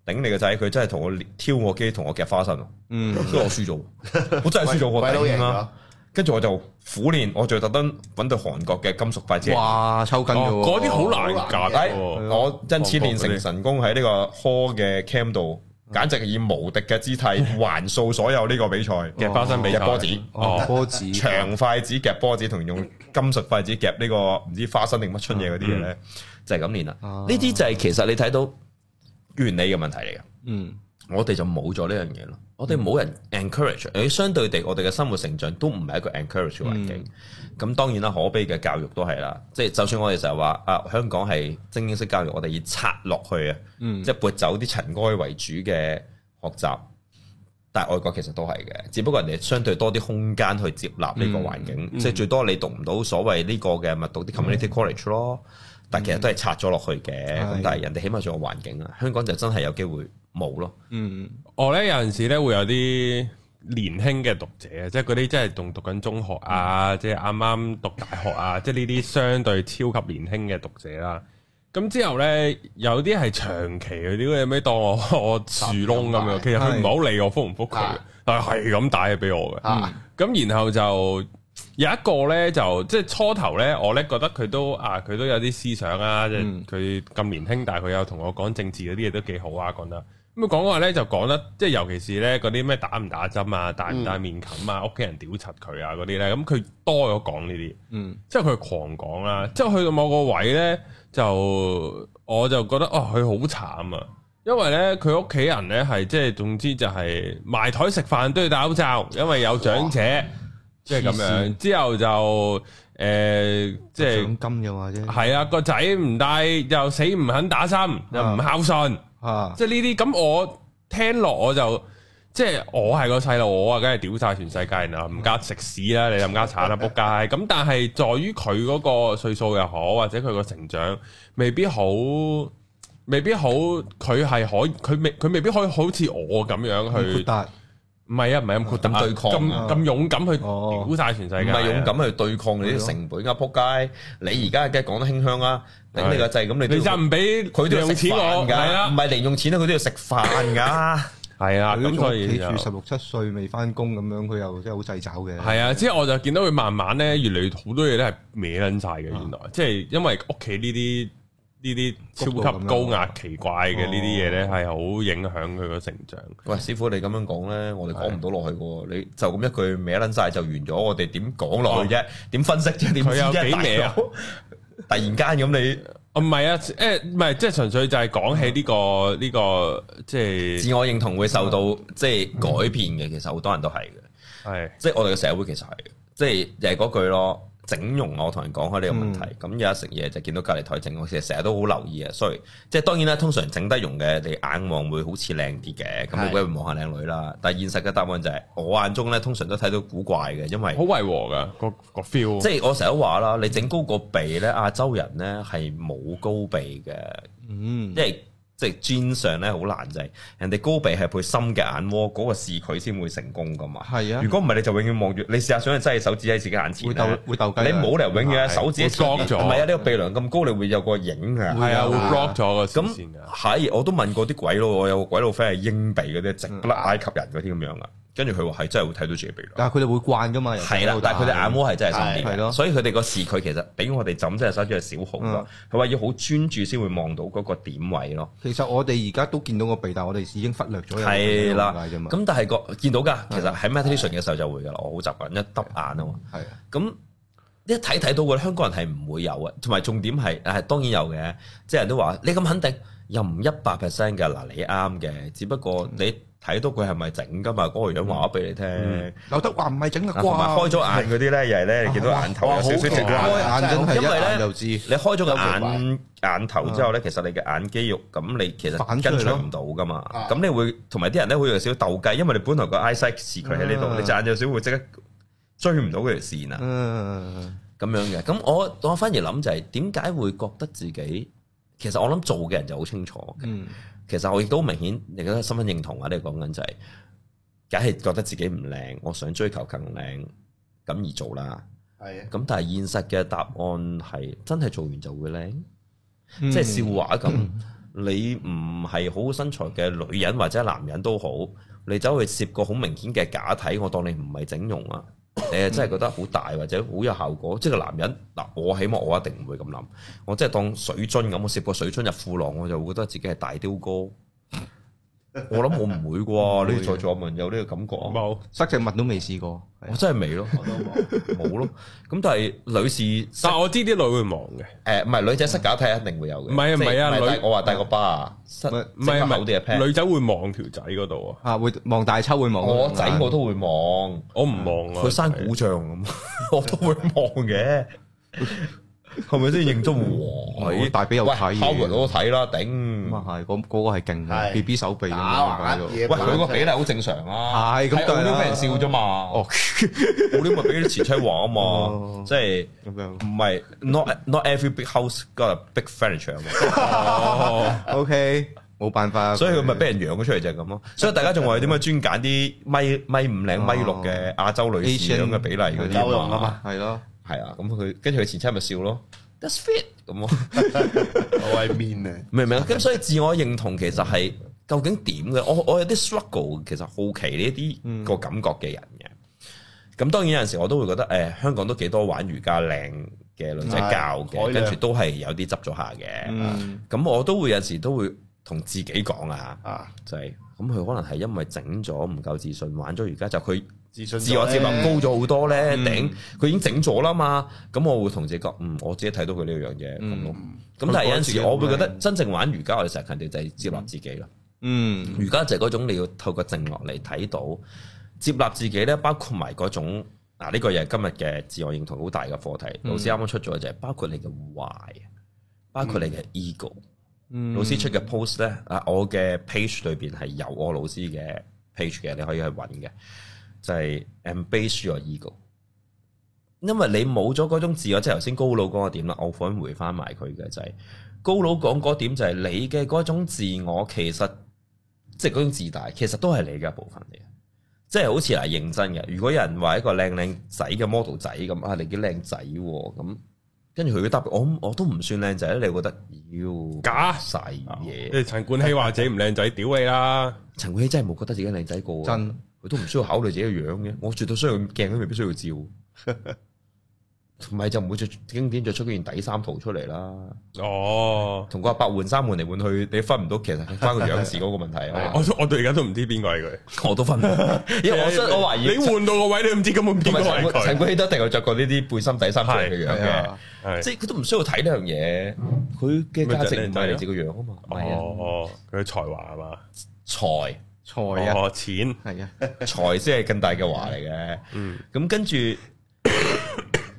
Speaker 2: 頂你個仔，佢真係同我挑我機，同我夾花生喎，
Speaker 3: 嗯，
Speaker 2: 所以我輸咗喎， 我真係輸咗，我
Speaker 4: 鬼佬
Speaker 2: 頂啊
Speaker 4: 贏
Speaker 2: 啦
Speaker 4: 咗。，
Speaker 2: 跟住我就苦練，我就特登揾對韓國嘅金屬筷子嚟
Speaker 3: 哇抽筋嘅
Speaker 1: 哦
Speaker 3: 喎，
Speaker 1: 嗰啲好難夾
Speaker 2: 係
Speaker 1: 喎。
Speaker 2: 我因此練成神功喺呢個科嘅 cam 度，簡直係以無敵嘅姿態橫掃所有呢個比賽
Speaker 1: 夾花生比賽
Speaker 2: 夾波子，
Speaker 3: 哦
Speaker 1: 哦
Speaker 3: 波子
Speaker 2: 長筷子夾波子，同用金屬筷子夾呢個唔知花生定乜春嘢嗰啲嘢咧，就係咁練啦。
Speaker 3: 啊
Speaker 2: 呢啲就係其實你睇到原理嘅問題嚟嘅。
Speaker 3: 嗯
Speaker 2: 我哋就冇咗呢樣嘢咯，我哋冇人 encourage，誒相對地，我哋嘅生活成長都唔係一個 encourage 嘅環境。咁、當然啦，可悲嘅教育都係啦，即係就算我哋成日話啊，香港係精英式教育，我哋以拆落去啊，
Speaker 3: 嗯
Speaker 2: 即係撥走啲塵埃為主嘅學習，但係外國其實都係嘅，只不過人哋相對多啲空間去接納呢個環
Speaker 1: 嗯
Speaker 2: 境，即係最多你讀唔到所謂呢個嘅咪讀啲 community college 咯，但其實都係拆咗落去嘅，
Speaker 1: 嗯
Speaker 2: 咁、
Speaker 3: 係
Speaker 2: 但係人哋起碼仲有環境啊，香港就真係有機會冇咯。
Speaker 3: 嗯
Speaker 1: 我咧有陣時咧會有啲年輕嘅讀者啊，即係嗰啲真係仲讀緊中學啊，即係啱啱讀大學啊，即係呢啲相對超級年輕嘅讀者啦。咁之後咧，有啲係長期嗰啲，有咩當我我樹窿咁樣，其實佢唔係好理我覆唔覆佢
Speaker 4: 啊，
Speaker 2: 嗯
Speaker 1: 但係係咁打嘢俾我嘅。
Speaker 4: 啊
Speaker 1: 咁然後就有一個咧就即係初頭咧，我咧覺得佢都啊，佢都有啲思想啊，即係
Speaker 3: 嗯
Speaker 1: 佢咁年輕，但係佢有同我講政治嗰啲嘢都幾好啊，講得咁講話咧就講得，即係尤其是咧嗰啲咩打唔打針啊、戴唔戴面冚啊、屋企人屌柒佢啊嗰啲咧，咁佢多咗講呢啲，
Speaker 3: 嗯，
Speaker 1: 即係佢狂講啦，即係去到某個位咧就我就覺得哦，佢好慘啊！因為咧，佢屋企人咧係即係總之就係埋台食飯都要戴口罩，因為有長者。即係咁樣。之後就诶、誒即係
Speaker 3: 獎金嘅話啫，
Speaker 1: 係啊，個仔唔戴又死唔肯打針，又唔孝順，
Speaker 3: 嚇
Speaker 1: 即係呢啲咁我聽落我就。即係我係個細路，我啊，梗係屌晒全世界人啦，唔加食屎啦，你冚家產啦，仆街！咁但係在於佢嗰個歲數又好，或者佢個成長未必好，未必好，佢係可，佢未，佢未必可以好似我咁樣
Speaker 3: 豁
Speaker 1: 去，
Speaker 3: 達
Speaker 1: 唔係啊，唔係咁豁達
Speaker 2: 咁對抗
Speaker 1: 咁
Speaker 3: 啊
Speaker 1: 咁勇敢去
Speaker 3: 哦
Speaker 1: 屌晒全世
Speaker 2: 唔
Speaker 1: 界，啊
Speaker 2: 係勇敢去對抗你啲成本啊！撲街，你而家梗係講得輕香啦，頂你個掣咁，你都
Speaker 1: 你
Speaker 2: 要
Speaker 1: 就唔俾
Speaker 2: 佢都要
Speaker 1: 用
Speaker 2: 食
Speaker 1: 錢我，
Speaker 2: 飯
Speaker 1: 係
Speaker 2: 㗎，唔
Speaker 1: 啦，
Speaker 2: 係零用錢啊，佢都要食飯㗎。
Speaker 1: 係啊，
Speaker 3: 佢
Speaker 1: 咁所
Speaker 3: 仲
Speaker 1: 以
Speaker 3: 企
Speaker 1: 就
Speaker 3: 住十六七歲未翻工咁樣，佢又真係好掣肘嘅。
Speaker 1: 係啊，之後我就見到佢慢慢咧，越嚟越好多嘢咧係歪撚晒嘅，
Speaker 2: 啊
Speaker 1: 原來即係因為屋企呢啲呢啲超級高壓奇怪嘅呢啲嘢咧，係好影響佢個成長。
Speaker 2: 喂，師傅，你咁樣講咧，我哋講唔到落去嘅喎。你就咁一句歪撚晒就完咗，我哋點講落去啫？點分析啫？點知
Speaker 1: 哦佢有
Speaker 2: 啫？
Speaker 1: 幾歪啊
Speaker 2: 大佬突然間咁你
Speaker 1: 哦，唔係啊，誒唔係，即係純粹就係講起呢個呢個即係
Speaker 2: 自我認同會受到即係改變嘅，其實好多人都係嘅。
Speaker 1: 係
Speaker 2: 即係我哋嘅社會其實係嘅，即係又係嗰句咯。整容啊我同人講開呢個問題，
Speaker 1: 嗯
Speaker 2: 咁、有一食嘢就見到隔離台整容，其實成日都好留意啊。所以即係當然啦，通常整得容嘅，你眼望會好似靚啲嘅，咁
Speaker 4: 係
Speaker 2: 你梗係望下靚女啦。但係現實嘅答案就係、我眼中咧通常都睇到古怪嘅，因為
Speaker 1: 好違和噶個個 feel，
Speaker 2: 即係我成日都話啦，你整高個鼻咧，亞洲人咧係冇高鼻嘅，
Speaker 3: 嗯
Speaker 2: 因，為即係 gene 上咧好難就係人哋高鼻係配深嘅眼窩，嗰、個視距先會成功噶嘛。
Speaker 3: 係啊
Speaker 2: 如，果唔係，你就永遠望住，你試下想去擠手指喺自己眼前
Speaker 3: 會
Speaker 2: 咧
Speaker 3: 鬥會鬥雞啊。
Speaker 2: 你冇理由永遠
Speaker 1: 係
Speaker 2: 喺手指喺前面
Speaker 1: 會光咗
Speaker 2: 唔係啊，呢個鼻梁咁高，你會有個影㗎。
Speaker 1: 係啊，會
Speaker 3: 會啊
Speaker 1: block 咗個視線
Speaker 2: 咁
Speaker 1: 㗎。
Speaker 2: 係，我都問過啲鬼佬，我有個鬼佬 friend 係英鼻嗰啲，直不甩
Speaker 3: 嗯
Speaker 2: 埃及人嗰啲咁樣噶。跟住佢話係真係會睇到自己鼻梁。
Speaker 3: 但係佢哋會慣噶嘛，由細
Speaker 2: 係啦
Speaker 3: 到，
Speaker 2: 但
Speaker 3: 大
Speaker 2: 係佢哋眼窩係真係深
Speaker 3: 係
Speaker 2: 啲
Speaker 3: 係咯
Speaker 2: 嘅，所以佢哋個視距其實比我哋枕真係手指係少好
Speaker 3: 嗯
Speaker 2: 多。佢話要好專注先會望到嗰個點位咯。
Speaker 3: 其實我哋而家都見到個鼻，但係我哋已經忽略咗有個鼻
Speaker 2: 係啦
Speaker 3: 咁解啫，嘛。
Speaker 2: 咁但係個見到㗎，
Speaker 3: 嗯
Speaker 2: 其實喺 meditation 嘅時候就會㗎啦。我好習慣一耷眼啊嘛。
Speaker 3: 係啊，
Speaker 2: 咁一睇睇到嘅香港人係唔會有嘅，同埋重點係誒當然有嘅，即係人都話你咁肯定又唔一百 percent 嘅，嗱你啱嘅，只不
Speaker 3: 嗯
Speaker 2: 過你睇到佢係咪整㗎嘛，嗰個樣話咗俾你聽。
Speaker 3: 劉德華唔係整嘅
Speaker 2: 啊
Speaker 3: 啩？
Speaker 2: 同埋開咗
Speaker 3: 嗯
Speaker 2: 眼嗰啲咧，又係咧，你見到眼頭有少少直
Speaker 4: 哇好
Speaker 2: 啦。
Speaker 3: 開眼真係一
Speaker 2: 因為咧
Speaker 3: 眼就知。
Speaker 2: 你開咗個眼眼頭之後咧，其實你嘅眼肌肉咁，你其實
Speaker 3: 反出
Speaker 2: 跟
Speaker 3: 嚟咯
Speaker 2: 隨唔到噶嘛
Speaker 4: 啊。
Speaker 2: 咁你會同埋啲人咧會有少少鬥雞，因為你本來個 eyesight 視距喺呢度，
Speaker 3: 啊
Speaker 2: 你隻眼有少少會即刻追唔到嗰條線啊。
Speaker 3: 嗯，
Speaker 2: 咁樣嘅。咁我我反而諗就係點解會覺得自己其實我諗做嘅人就好清楚嘅。
Speaker 3: 嗯，
Speaker 2: 其實我亦都明顯，你覺得身份認同啊，你講緊就係、梗係覺得自己唔靚，我想追求更靚，咁而做啦。
Speaker 4: 係啊
Speaker 2: 咁但係現實嘅答案係真係做完就會靚，
Speaker 3: 嗯
Speaker 2: 即係笑話咁。你唔係好身材嘅女人或者男人都好，你走去攝個好明顯嘅假體，我當你唔係 整容啊！你係真係覺得好大或者好有效果，即係個男人嗱，我起碼我一定唔會咁諗，我真係當水樽咁，我攝個水樽入褲浪，我就會覺得自己係大雕哥。我諗我唔會
Speaker 3: 唔
Speaker 2: 啩，
Speaker 3: 會
Speaker 2: 你在座有冇人有呢個感覺啊？
Speaker 1: 冇，
Speaker 3: 塞隻襪都未試過。係
Speaker 2: 我真係未咯，
Speaker 4: 我都冇。
Speaker 2: 冇咯。咁但係女士塞
Speaker 1: 但我知啲女會忙嘅，
Speaker 2: 誒唔係女仔塞假體一定會有
Speaker 1: 唔
Speaker 2: 嘅，
Speaker 1: 係啊
Speaker 2: 即
Speaker 1: 唔
Speaker 2: 係
Speaker 1: 係啊
Speaker 2: 唔係
Speaker 1: 女
Speaker 2: 戴我話戴個巴啊，塞
Speaker 3: 唔係
Speaker 1: 唔係
Speaker 2: 即刻厚
Speaker 1: 唔
Speaker 2: 啲嘅 pad
Speaker 1: 係，女仔會望條仔嗰度啊，
Speaker 3: 啊，會望大秋會望
Speaker 2: 我仔我都會望，
Speaker 1: 我唔望啊，
Speaker 2: 嗯佢生鼓脹咁， 我都會望嘅，係咪先認真？哇！
Speaker 3: 我大髀有睇
Speaker 2: 喂
Speaker 3: 嘅
Speaker 2: Howard 我都睇
Speaker 3: 咁
Speaker 2: 啦，
Speaker 3: 啊
Speaker 2: 頂！
Speaker 3: 係，嗰嗰個係勁嘅
Speaker 4: 係
Speaker 3: B B 手臂咁
Speaker 2: 啊
Speaker 4: 打橫
Speaker 3: 樣
Speaker 4: 嘢
Speaker 2: 喂，佢個比例好正常啊，
Speaker 3: 係咁
Speaker 2: 都
Speaker 3: 梗係啦
Speaker 2: 俾人笑啫嘛，
Speaker 3: 哦
Speaker 2: 奧料咪俾啲前妻話啊嘛
Speaker 3: 哦，
Speaker 2: 即係
Speaker 3: 咁樣。
Speaker 2: 唔係 not not every big house got a big furniture 啊嘛。
Speaker 3: O K，冇辦法。
Speaker 2: 所以佢咪俾人養咗出嚟就係咁咯。所以大家仲話點解專揀啲米米五零米六嘅亞洲女士咁嘅比例嗰
Speaker 4: 歐
Speaker 2: 啲
Speaker 4: 容啊嘛
Speaker 3: 係咯，
Speaker 2: 係啊，咁佢跟住佢前妻咪笑咯，that's fit 咁咯，
Speaker 4: 我係面啊！
Speaker 2: 明唔明啊？咁所以自我認同其實係究嗯竟點嘅？我我有啲 struggle，其實好奇呢啲個感覺嘅人嘅。咁咁當然有陣時我都會覺得誒、香港都幾多玩瑜伽靚嘅女仔
Speaker 4: 係
Speaker 2: 教
Speaker 4: 海
Speaker 2: 嘅，
Speaker 4: 量
Speaker 2: 跟住都係有啲執咗下嘅。
Speaker 3: 嗯
Speaker 2: 咁、我都會有陣時都會同自己講啊，
Speaker 4: 啊，
Speaker 2: 就係咁佢可能係因為整咗唔夠自信，玩咗瑜伽就佢
Speaker 4: 自信
Speaker 2: 自我接納高咗好多咧，
Speaker 3: 嗯
Speaker 2: 頂佢已經整咗啦嘛。咁我會同自己講，嗯，我自己睇到佢呢樣嘢咁咯。咁但係有陣時，我會覺得真正玩瑜伽，我哋成日強調就係接納自己咯。
Speaker 3: 嗯
Speaker 2: 瑜伽就係嗰種你要透過靜落嚟睇到接納自己咧，包括埋嗰種嗱呢個又係今日嘅自我認同好大嘅課題。老師啱啱出咗就係包括你嘅壞，包括你嘅 ego。
Speaker 3: 嗯
Speaker 2: 老師出嘅 post 咧，啊，我嘅 page 裏邊係有我老師嘅 page 嘅，你可以去揾嘅，就係、embrace your ego。因為你冇咗嗰種自我，即係頭先高佬講嘅點啦，我反回翻埋佢嘅就係、高佬講嗰點就係你嘅嗰種自我，其實即係嗰種自大，其實都係你嘅一部分嚟嘅。即係好似嗱認真嘅，如果有人話一個靚靚仔嘅 model 仔咁啊，你幾靚仔喎咁，跟住佢會答我我都唔算靚仔，你會覺得妖
Speaker 1: 假
Speaker 2: 晒嘢。
Speaker 1: 你陳冠希話自己唔靚仔，屌你啦！
Speaker 2: 陳冠希真係冇覺得自己靚仔過，啊
Speaker 3: 真
Speaker 2: 佢都唔需要考慮自己嘅樣嘅。我絕對需要鏡都未必需要照， 唔係就唔會着經典着出嗰件底衫圖出嚟啦。
Speaker 1: 哦，
Speaker 2: 同個阿伯換衫換嚟換去，你分唔到其實關佢樣事嗰個問題啊！
Speaker 1: 我我到而家都唔知邊個係佢，
Speaker 2: 我我都分唔到， 因為我相我懷疑
Speaker 1: 你換到個位，你都唔知根本邊
Speaker 2: 同
Speaker 1: 個
Speaker 2: 埋
Speaker 1: 係
Speaker 2: 陳冠陳
Speaker 1: 佢。
Speaker 2: 冠希都一定有着過呢啲背心底衫出嚟嘅樣
Speaker 3: 係
Speaker 2: 嘅
Speaker 3: 啊，，
Speaker 1: 係
Speaker 2: 即係佢都唔需要睇呢樣嘢，佢嘅價值唔係嚟自個樣啊嘛，唔係啊
Speaker 1: 哦，佢嘅才華係嘛？
Speaker 2: 財。
Speaker 3: 財啊，
Speaker 1: 哦，錢
Speaker 3: 係啊，
Speaker 2: 財先係更大嘅話嚟嘅。
Speaker 1: 嗯
Speaker 2: 咁跟住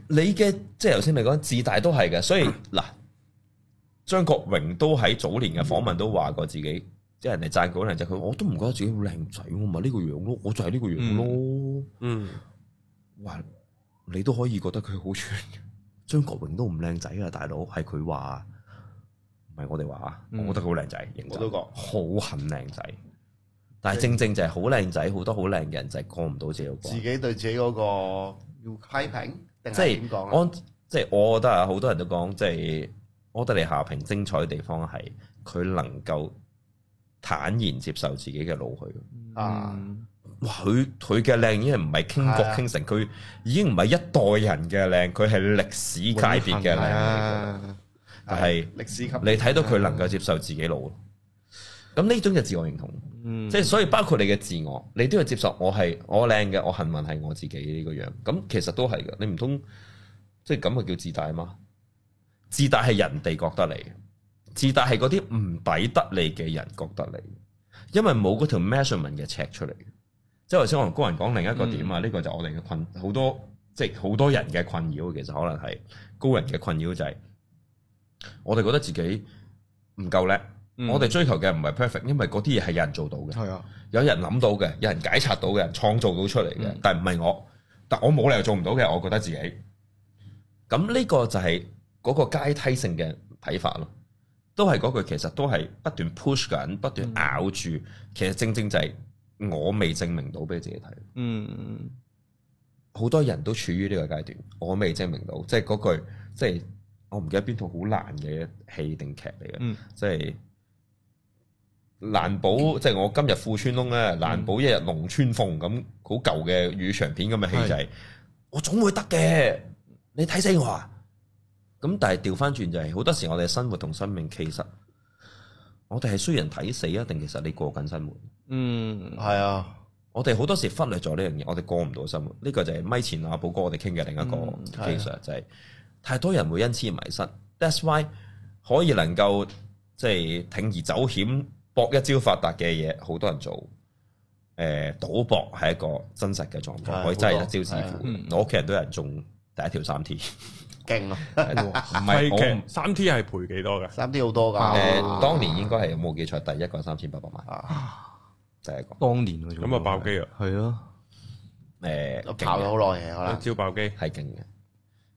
Speaker 2: 你嘅即係頭先你講自大都係嘅，所以嗱，張國榮都喺早年嘅訪問都話過自己，即係人哋讚佢靚仔，佢我都唔覺得自己好靚仔，我咪呢個樣咯，我就係呢個樣咯。
Speaker 1: 嗯，
Speaker 2: 哇！你都可以覺得佢好串，張國榮都唔靚仔啊，大佬係佢話，唔係我哋話啊，我
Speaker 3: 嗯
Speaker 2: 覺得佢好靚仔，認真
Speaker 4: 我都覺
Speaker 2: 好很靚仔，但係正正就係好靚仔，好多好靚嘅人就係過唔到自己嗰關
Speaker 4: 自己對自己嗰個要批評，定
Speaker 2: 即
Speaker 4: 係
Speaker 2: 係
Speaker 4: 點講啊？
Speaker 2: 安，即係我覺得啊，好多人都講，即係柯德利夏平精彩嘅地方係佢能夠坦然接受自己嘅老去。
Speaker 1: 嗯
Speaker 4: 啊
Speaker 2: 哇！佢佢嘅靚已經唔係傾國
Speaker 4: 係啊
Speaker 2: 傾城，佢已經唔係一代人嘅靚，佢係歷史界別
Speaker 3: 係
Speaker 2: 嘅靚嚟嘅。
Speaker 3: 啊，
Speaker 2: 但係
Speaker 4: 歷史級，
Speaker 2: 你睇到佢能夠接受自己老，咁呢種就自我認同。
Speaker 3: 嗯
Speaker 2: 即係所以包括你嘅自我，你都要接受我係我靚嘅，我幸運係我自己呢個樣。咁其實都係嘅，你唔通即係咁就叫自大嘛？自大係人哋覺得你，自大係嗰啲唔抵得你嘅人覺得你，因為冇嗰條 measurement 嘅尺出嚟。即係頭先我同高人講另一個
Speaker 3: 嗯
Speaker 2: 點啊，呢、個就我哋嘅困好多，即係好多人嘅困擾。其實可能係高人嘅困擾就係、我哋覺得自己唔夠叻，
Speaker 3: 嗯
Speaker 2: 我哋追求嘅唔係 perfect，因為嗰啲嘢係有人做到嘅。
Speaker 3: 係啊，
Speaker 2: 有人諗到嘅，有人解拆到嘅，有人創造到出嚟嘅，但係唔係我，但我冇理由做唔到嘅，我覺得自己。咁呢個就係嗰個階梯性嘅睇法咯，都係嗰句，其實都係不斷 push 緊，不斷咬住，其實正正就係我未證明到俾自己睇。
Speaker 3: 嗯
Speaker 2: 好多人都處於呢個階段，我未證明到，即係嗰句，即係我唔記得邊套好難嘅戲定劇嚟嘅，
Speaker 3: 嗯
Speaker 2: 即係難保，即係我今日富穿窿咧，難保一日龍穿鳳咁，好舊嘅語長片咁嘅戲就係、我總會得嘅，你睇死我啊！咁但係調翻轉就係、好多時我哋生活同生命其實我哋係需要人睇死啊，定其實你過緊生活？
Speaker 3: 嗯，
Speaker 4: 係啊，
Speaker 2: 我哋好多時忽略咗呢樣嘢，我哋過唔到生活。呢、個就係咪前阿寶哥我哋傾嘅另一個
Speaker 3: 嗯
Speaker 2: case 啊就係太多人會因此而迷失。That's why 可以能夠即係鋌而走險、搏一招發達嘅嘢，好多人做。誒、賭博係一個真實嘅狀況，
Speaker 4: 係
Speaker 2: 可以真係一
Speaker 4: 好
Speaker 2: 招
Speaker 4: 多
Speaker 2: 致富
Speaker 3: 係啊。
Speaker 2: 我屋企人都有人中第一條三 T，
Speaker 4: 勁啊！
Speaker 2: 唔係
Speaker 1: 係
Speaker 2: 我唔
Speaker 1: 嘅，三 T 係賠幾多嘅？
Speaker 4: 三 D 好多㗎。
Speaker 2: 誒，當年應該係冇記錯，第一個三千八百萬，
Speaker 4: 啊
Speaker 2: 第一個
Speaker 3: 當年嘅
Speaker 1: 咁啊爆機啊，
Speaker 3: 係咯，
Speaker 2: 誒，
Speaker 4: 我
Speaker 2: 勁
Speaker 4: 跑
Speaker 2: 嘅
Speaker 4: 咗好耐嘅
Speaker 2: 啊
Speaker 4: 可
Speaker 1: 一
Speaker 4: 能。
Speaker 1: 招爆機，
Speaker 2: 係勁嘅。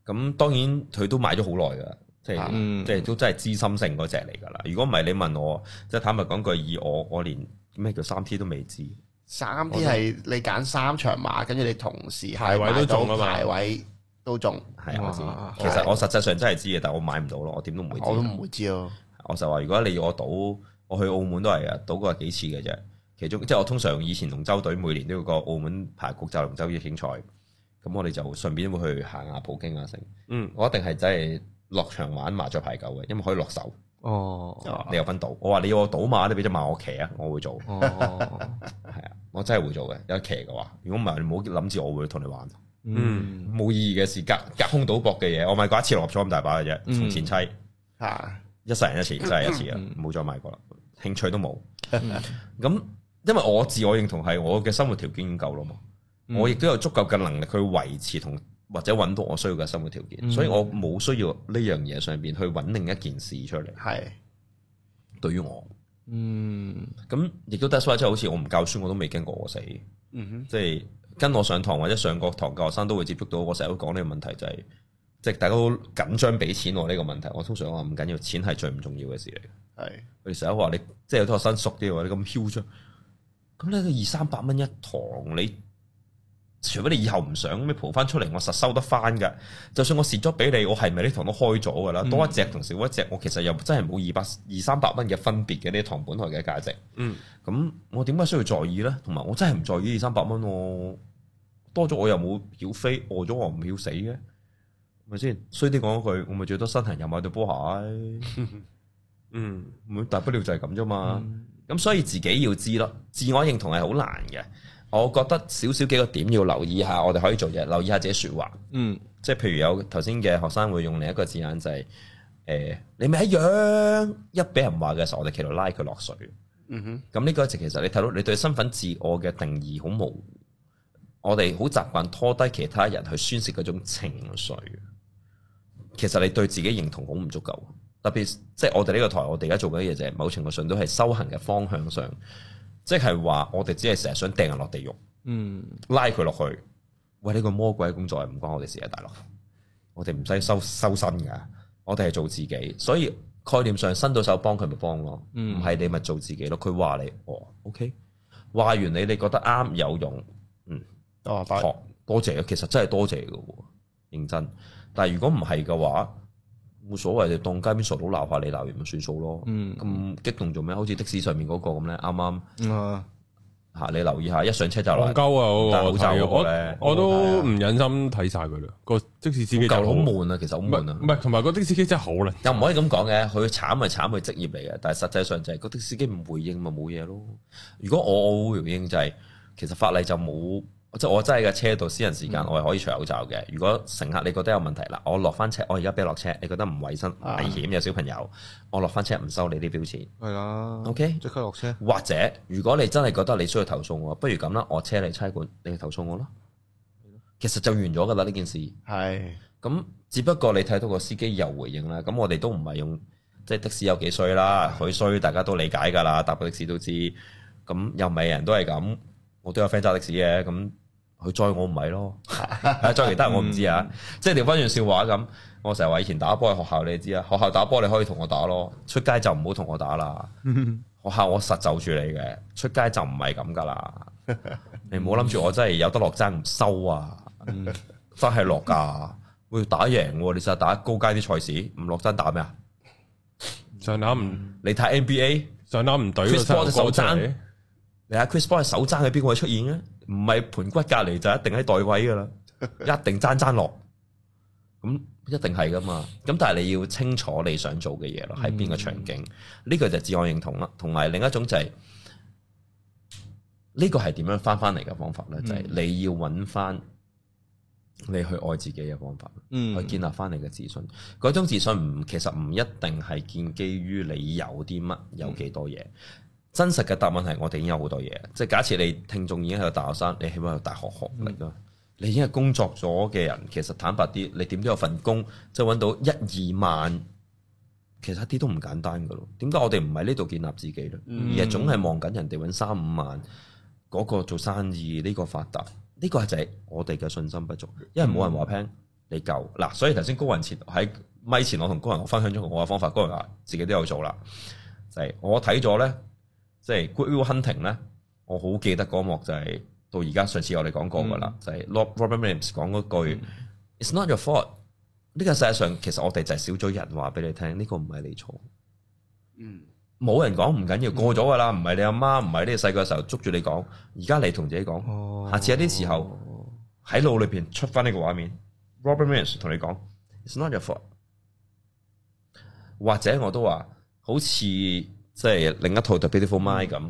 Speaker 2: 咁當然佢都買咗好耐㗎，即係、
Speaker 3: 嗯
Speaker 2: 即係都真係資深性嗰只嚟㗎啦。如果唔係你問我，即係坦白講句，以我我連咩叫三 T 都未知，
Speaker 4: 三 D 係你揀三場馬，跟住你同時係
Speaker 1: 排位都中啊嘛
Speaker 4: 買到排位都中，
Speaker 2: 係啊我知
Speaker 3: 哇。
Speaker 2: 其實我實際上真係知嘅，但我買唔到咯，我點都唔會知。啊
Speaker 4: 我都唔會知咯。
Speaker 2: 我就話如果你要我賭，我去澳門都係啊，賭過幾次嘅啫。其中即係我通常以前龍舟隊每年都要過澳門排國際龍舟邀請賽，咁咁我哋就順便會去行下普京啊，成。
Speaker 1: 嗯，
Speaker 2: 我一定係真係落場玩麻雀牌九嘅，因為可以落手。
Speaker 3: 哦
Speaker 2: 你有分賭，我話你要我賭馬，你俾隻馬我騎啊，我會做，
Speaker 3: 哦，
Speaker 2: 係啊，我真係會做嘅。有得騎嘅話，如果唔係，你唔好諗住我會同你玩，
Speaker 1: 嗯
Speaker 2: 冇意義嘅事，隔隔空賭博嘅嘢，我買過一次六合彩咁大把嘅啫，
Speaker 3: 嗯
Speaker 2: 從前妻
Speaker 4: 吓，
Speaker 2: 一世人一次，真係一次啊
Speaker 3: 嗯，
Speaker 2: 冇再買過啦，興趣都冇。咁因為我自我認同係我嘅生活條件已經夠啦嘛，
Speaker 3: 嗯
Speaker 2: 我亦都有足夠嘅能力去維持同或者揾到我需要嘅生活條件，
Speaker 3: 嗯
Speaker 2: 所以我冇需要呢樣嘢上邊去揾另一件事出嚟。
Speaker 4: 系
Speaker 2: 對於我，
Speaker 3: 嗯
Speaker 2: 咁亦都得 h a 即係好似我唔教書，我都未經過我死，即
Speaker 1: 嗯
Speaker 2: 係跟我上堂或者上過堂嘅學生都會接觸到我成日都講呢個問題，就係即係大家都緊張俾錢我呢個問題。我通常話唔緊要，錢係最唔重要嘅事嚟。
Speaker 4: 系
Speaker 2: 佢哋成日話你，即係有啲學生熟啲話你咁囂張，咁你二三百蚊一堂，你除非你以後唔想，咁你蒲翻出嚟，我實收得翻㗎。就算我蝕咗俾你，我係咪呢堂都開咗㗎啦？
Speaker 1: 嗯
Speaker 2: 多一隻同少一隻，我其實又真係冇二百二三百蚊嘅分別嘅呢堂本來嘅價值。
Speaker 1: 嗯，
Speaker 2: 咁我點解需要在意呢？同埋我真係唔在意二三百蚊喎，多咗我又冇曉飛，餓咗我唔曉死嘅，咪先？衰啲講一句，我咪最多身痕又買對波鞋。
Speaker 1: 嗯
Speaker 2: 唔會大不了就係咁啫嘛。咁、所以自己要知咯，自我認同係好難嘅。我覺得少少幾個點要留意下，我哋可以做嘢，留意下自己説話。
Speaker 3: 嗯
Speaker 2: 即係譬如有頭先嘅學生會用另一個字眼就係、誒你咪一樣，一俾人話嘅時候，我哋企度拉佢落水。
Speaker 4: 嗯哼，
Speaker 2: 咁呢個一直其實你睇到你對身份自我嘅定義好模糊，我哋好習慣拖低其他人去宣泄嗰種情緒。其實你對自己認同好唔足夠，特別即係我哋呢個台，我哋而家做緊嘅嘢就係某程度上都係修行嘅方向上，即係話我哋只係成日想掟人落地獄，
Speaker 3: 嗯
Speaker 2: 拉佢落去。喂，呢、個魔鬼嘅工作係唔關我哋事啊，大佬！我哋唔使收收身噶，我哋係做自己，所以概念上伸到手幫佢咪幫咯，
Speaker 3: 嗯
Speaker 2: 唔係、你咪做自己咯。佢話你，哦，OK，話完你你覺得啱有用，
Speaker 4: 多多
Speaker 2: 學多謝，其實真係多謝嘅喎，認真。但係如果唔係嘅話，冇所謂，就當街邊傻佬鬧下你鬧完咪算數咯。
Speaker 3: 嗯
Speaker 2: 咁、激動做咩？好似的士上面嗰個咁咧，啱啱
Speaker 3: 啊
Speaker 2: 嚇你留意下，一上車就
Speaker 1: 戇鳩。啊！嗰
Speaker 2: 鬧
Speaker 1: 個
Speaker 2: 戴口罩
Speaker 1: 睇
Speaker 2: 嗰個咧
Speaker 1: 我我都唔忍心睇晒佢啦。個的士司機真
Speaker 2: 夠
Speaker 1: 係
Speaker 2: 啊好
Speaker 1: 好
Speaker 2: 悶啊，其實好
Speaker 1: 唔
Speaker 2: 悶啊
Speaker 1: 係唔。係，同埋個的士司機真係好啦。
Speaker 2: 又唔可以咁講嘅，佢慘係慘，佢職業嚟嘅，但係實際上就係嗰啲司機唔回應咪冇嘢咯。如果我我會回應就係、其實法例就冇，即係我真係嘅車度私人時間我係可以除口罩嘅。如果乘客你覺得有問題啦，我落翻車，我而家俾你落車，你覺得唔衞生、
Speaker 4: 啊
Speaker 2: 危險有小朋友，我落翻車唔收你啲標錢。
Speaker 3: 係啦
Speaker 2: OK
Speaker 3: 即刻落車
Speaker 2: 或者如果你真係覺得你需要投訴我，不如咁啦，我車你差館，你去投訴我啦。其實就完咗㗎啦呢件事。
Speaker 4: 系
Speaker 2: 咁只不過你睇到個司機有回應啦，咁我哋都唔係用即係的士有幾衰啦，佢衰大家都理解㗎啦，搭個的士都知。咁又唔係人都係咁，我都有 friend 揸的士嘅，咁佢載我唔係咯， 啊載其他人我唔知啊。即係調翻轉笑話咁，我成日話以前打波喺學校你知啊，學校打波你可以同我打咯，出街就唔好同我打啦。學校我實就住你嘅，出街就唔係咁㗎啦。你唔好諗住我真係有得落爭唔收啊！真係落㗎，會打贏喎！你實打高階啲賽事，唔落真打咩啊？
Speaker 1: 上籃唔
Speaker 2: 你睇 NBA，
Speaker 1: 上籃唔懟
Speaker 2: 嗯 Chris
Speaker 1: 個手
Speaker 2: Paul 隻
Speaker 1: 出嚟
Speaker 2: 手踭，你睇 Chris Paul 嘅手踭喺邊個位出現咧？唔係盤骨隔離就一定喺代位㗎啦，一定爭爭落，咁一定係㗎嘛。咁但係你要清楚你想做嘅嘢咯，喺邊個場景？呢、個就自我認同啦，同埋另一種就係、呢個係點樣翻翻嚟嘅方法咧？就係、你要揾翻你去愛自己嘅方法。
Speaker 3: 嗯
Speaker 2: 去建立翻你嘅自信。嗰種自信唔其實唔一定係建基於你有啲乜，有幾多嘢。真實嘅答案係我哋已經有好多嘢。即係假設你聽眾已經係個大學生，你起碼有大學學歷啦。你已經係工作咗嘅人，其實坦白啲，你點都有份工，即係揾到一二萬，其實一啲都唔簡單噶咯。點解我哋唔喺呢度建立自己咧？而係總係望緊人哋揾三五萬，嗰、個做生意，呢、個發達，呢、個係就係我哋嘅信心不足，因為冇人話聽你夠嗱。所以頭先高人前喺咪前，我同高人我分享咗我嘅方法，高人話自己都有做啦，就係、我睇咗咧，即係 Good Will Hunting 咧，我好記得嗰一幕就係、到而家上次我哋講過噶啦，就係 Rob- Robert Williams 講嗰句、It's not your fault。呢個世界上其實我哋就係少咗人話俾你聽，呢、個唔係你錯。
Speaker 4: 嗯
Speaker 2: 冇人講唔緊要，過咗噶啦，唔係你阿媽，唔係你細個嘅時候捉住你講，而家你同自己講，
Speaker 3: 哦
Speaker 2: 下次有啲時候喺腦裏邊出翻呢個畫面。Robert Williams 同你講，It's not your fault。或者我都話，好似即係另一套 The Beautiful
Speaker 3: 嗯
Speaker 2: Mind 咁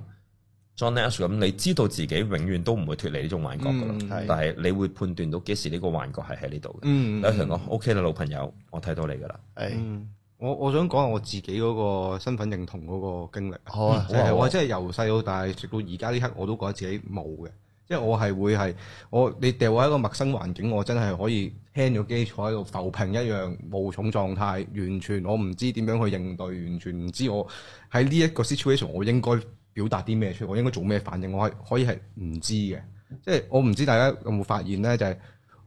Speaker 2: ，John Nash 咁，你知道自己永遠都唔會脱離呢種幻覺噶啦，
Speaker 3: 嗯
Speaker 4: 係
Speaker 2: 但係你會判斷到幾時呢個幻覺係喺呢度嘅。
Speaker 3: 嗯
Speaker 2: 你同人講，OK 啦，老朋友，我睇到你噶啦。
Speaker 4: 係
Speaker 3: 嗯，我我想講下我自己嗰個身份認同嗰個經歷啊，
Speaker 4: 好 啊
Speaker 3: 就係我真係由細到大，直到而家呢刻，我都覺得自己冇嘅，即係我係會係我你掉我喺一個陌生環境，我真係可以輕咗基礎喺度浮萍一樣無重狀態，完全我唔知點樣去應對，完全唔知我喺呢一個 situation 我應該表達啲咩出嚟，我應該做咩反應，我係可以係唔知嘅，即係我唔知大家有冇發現呢，就係、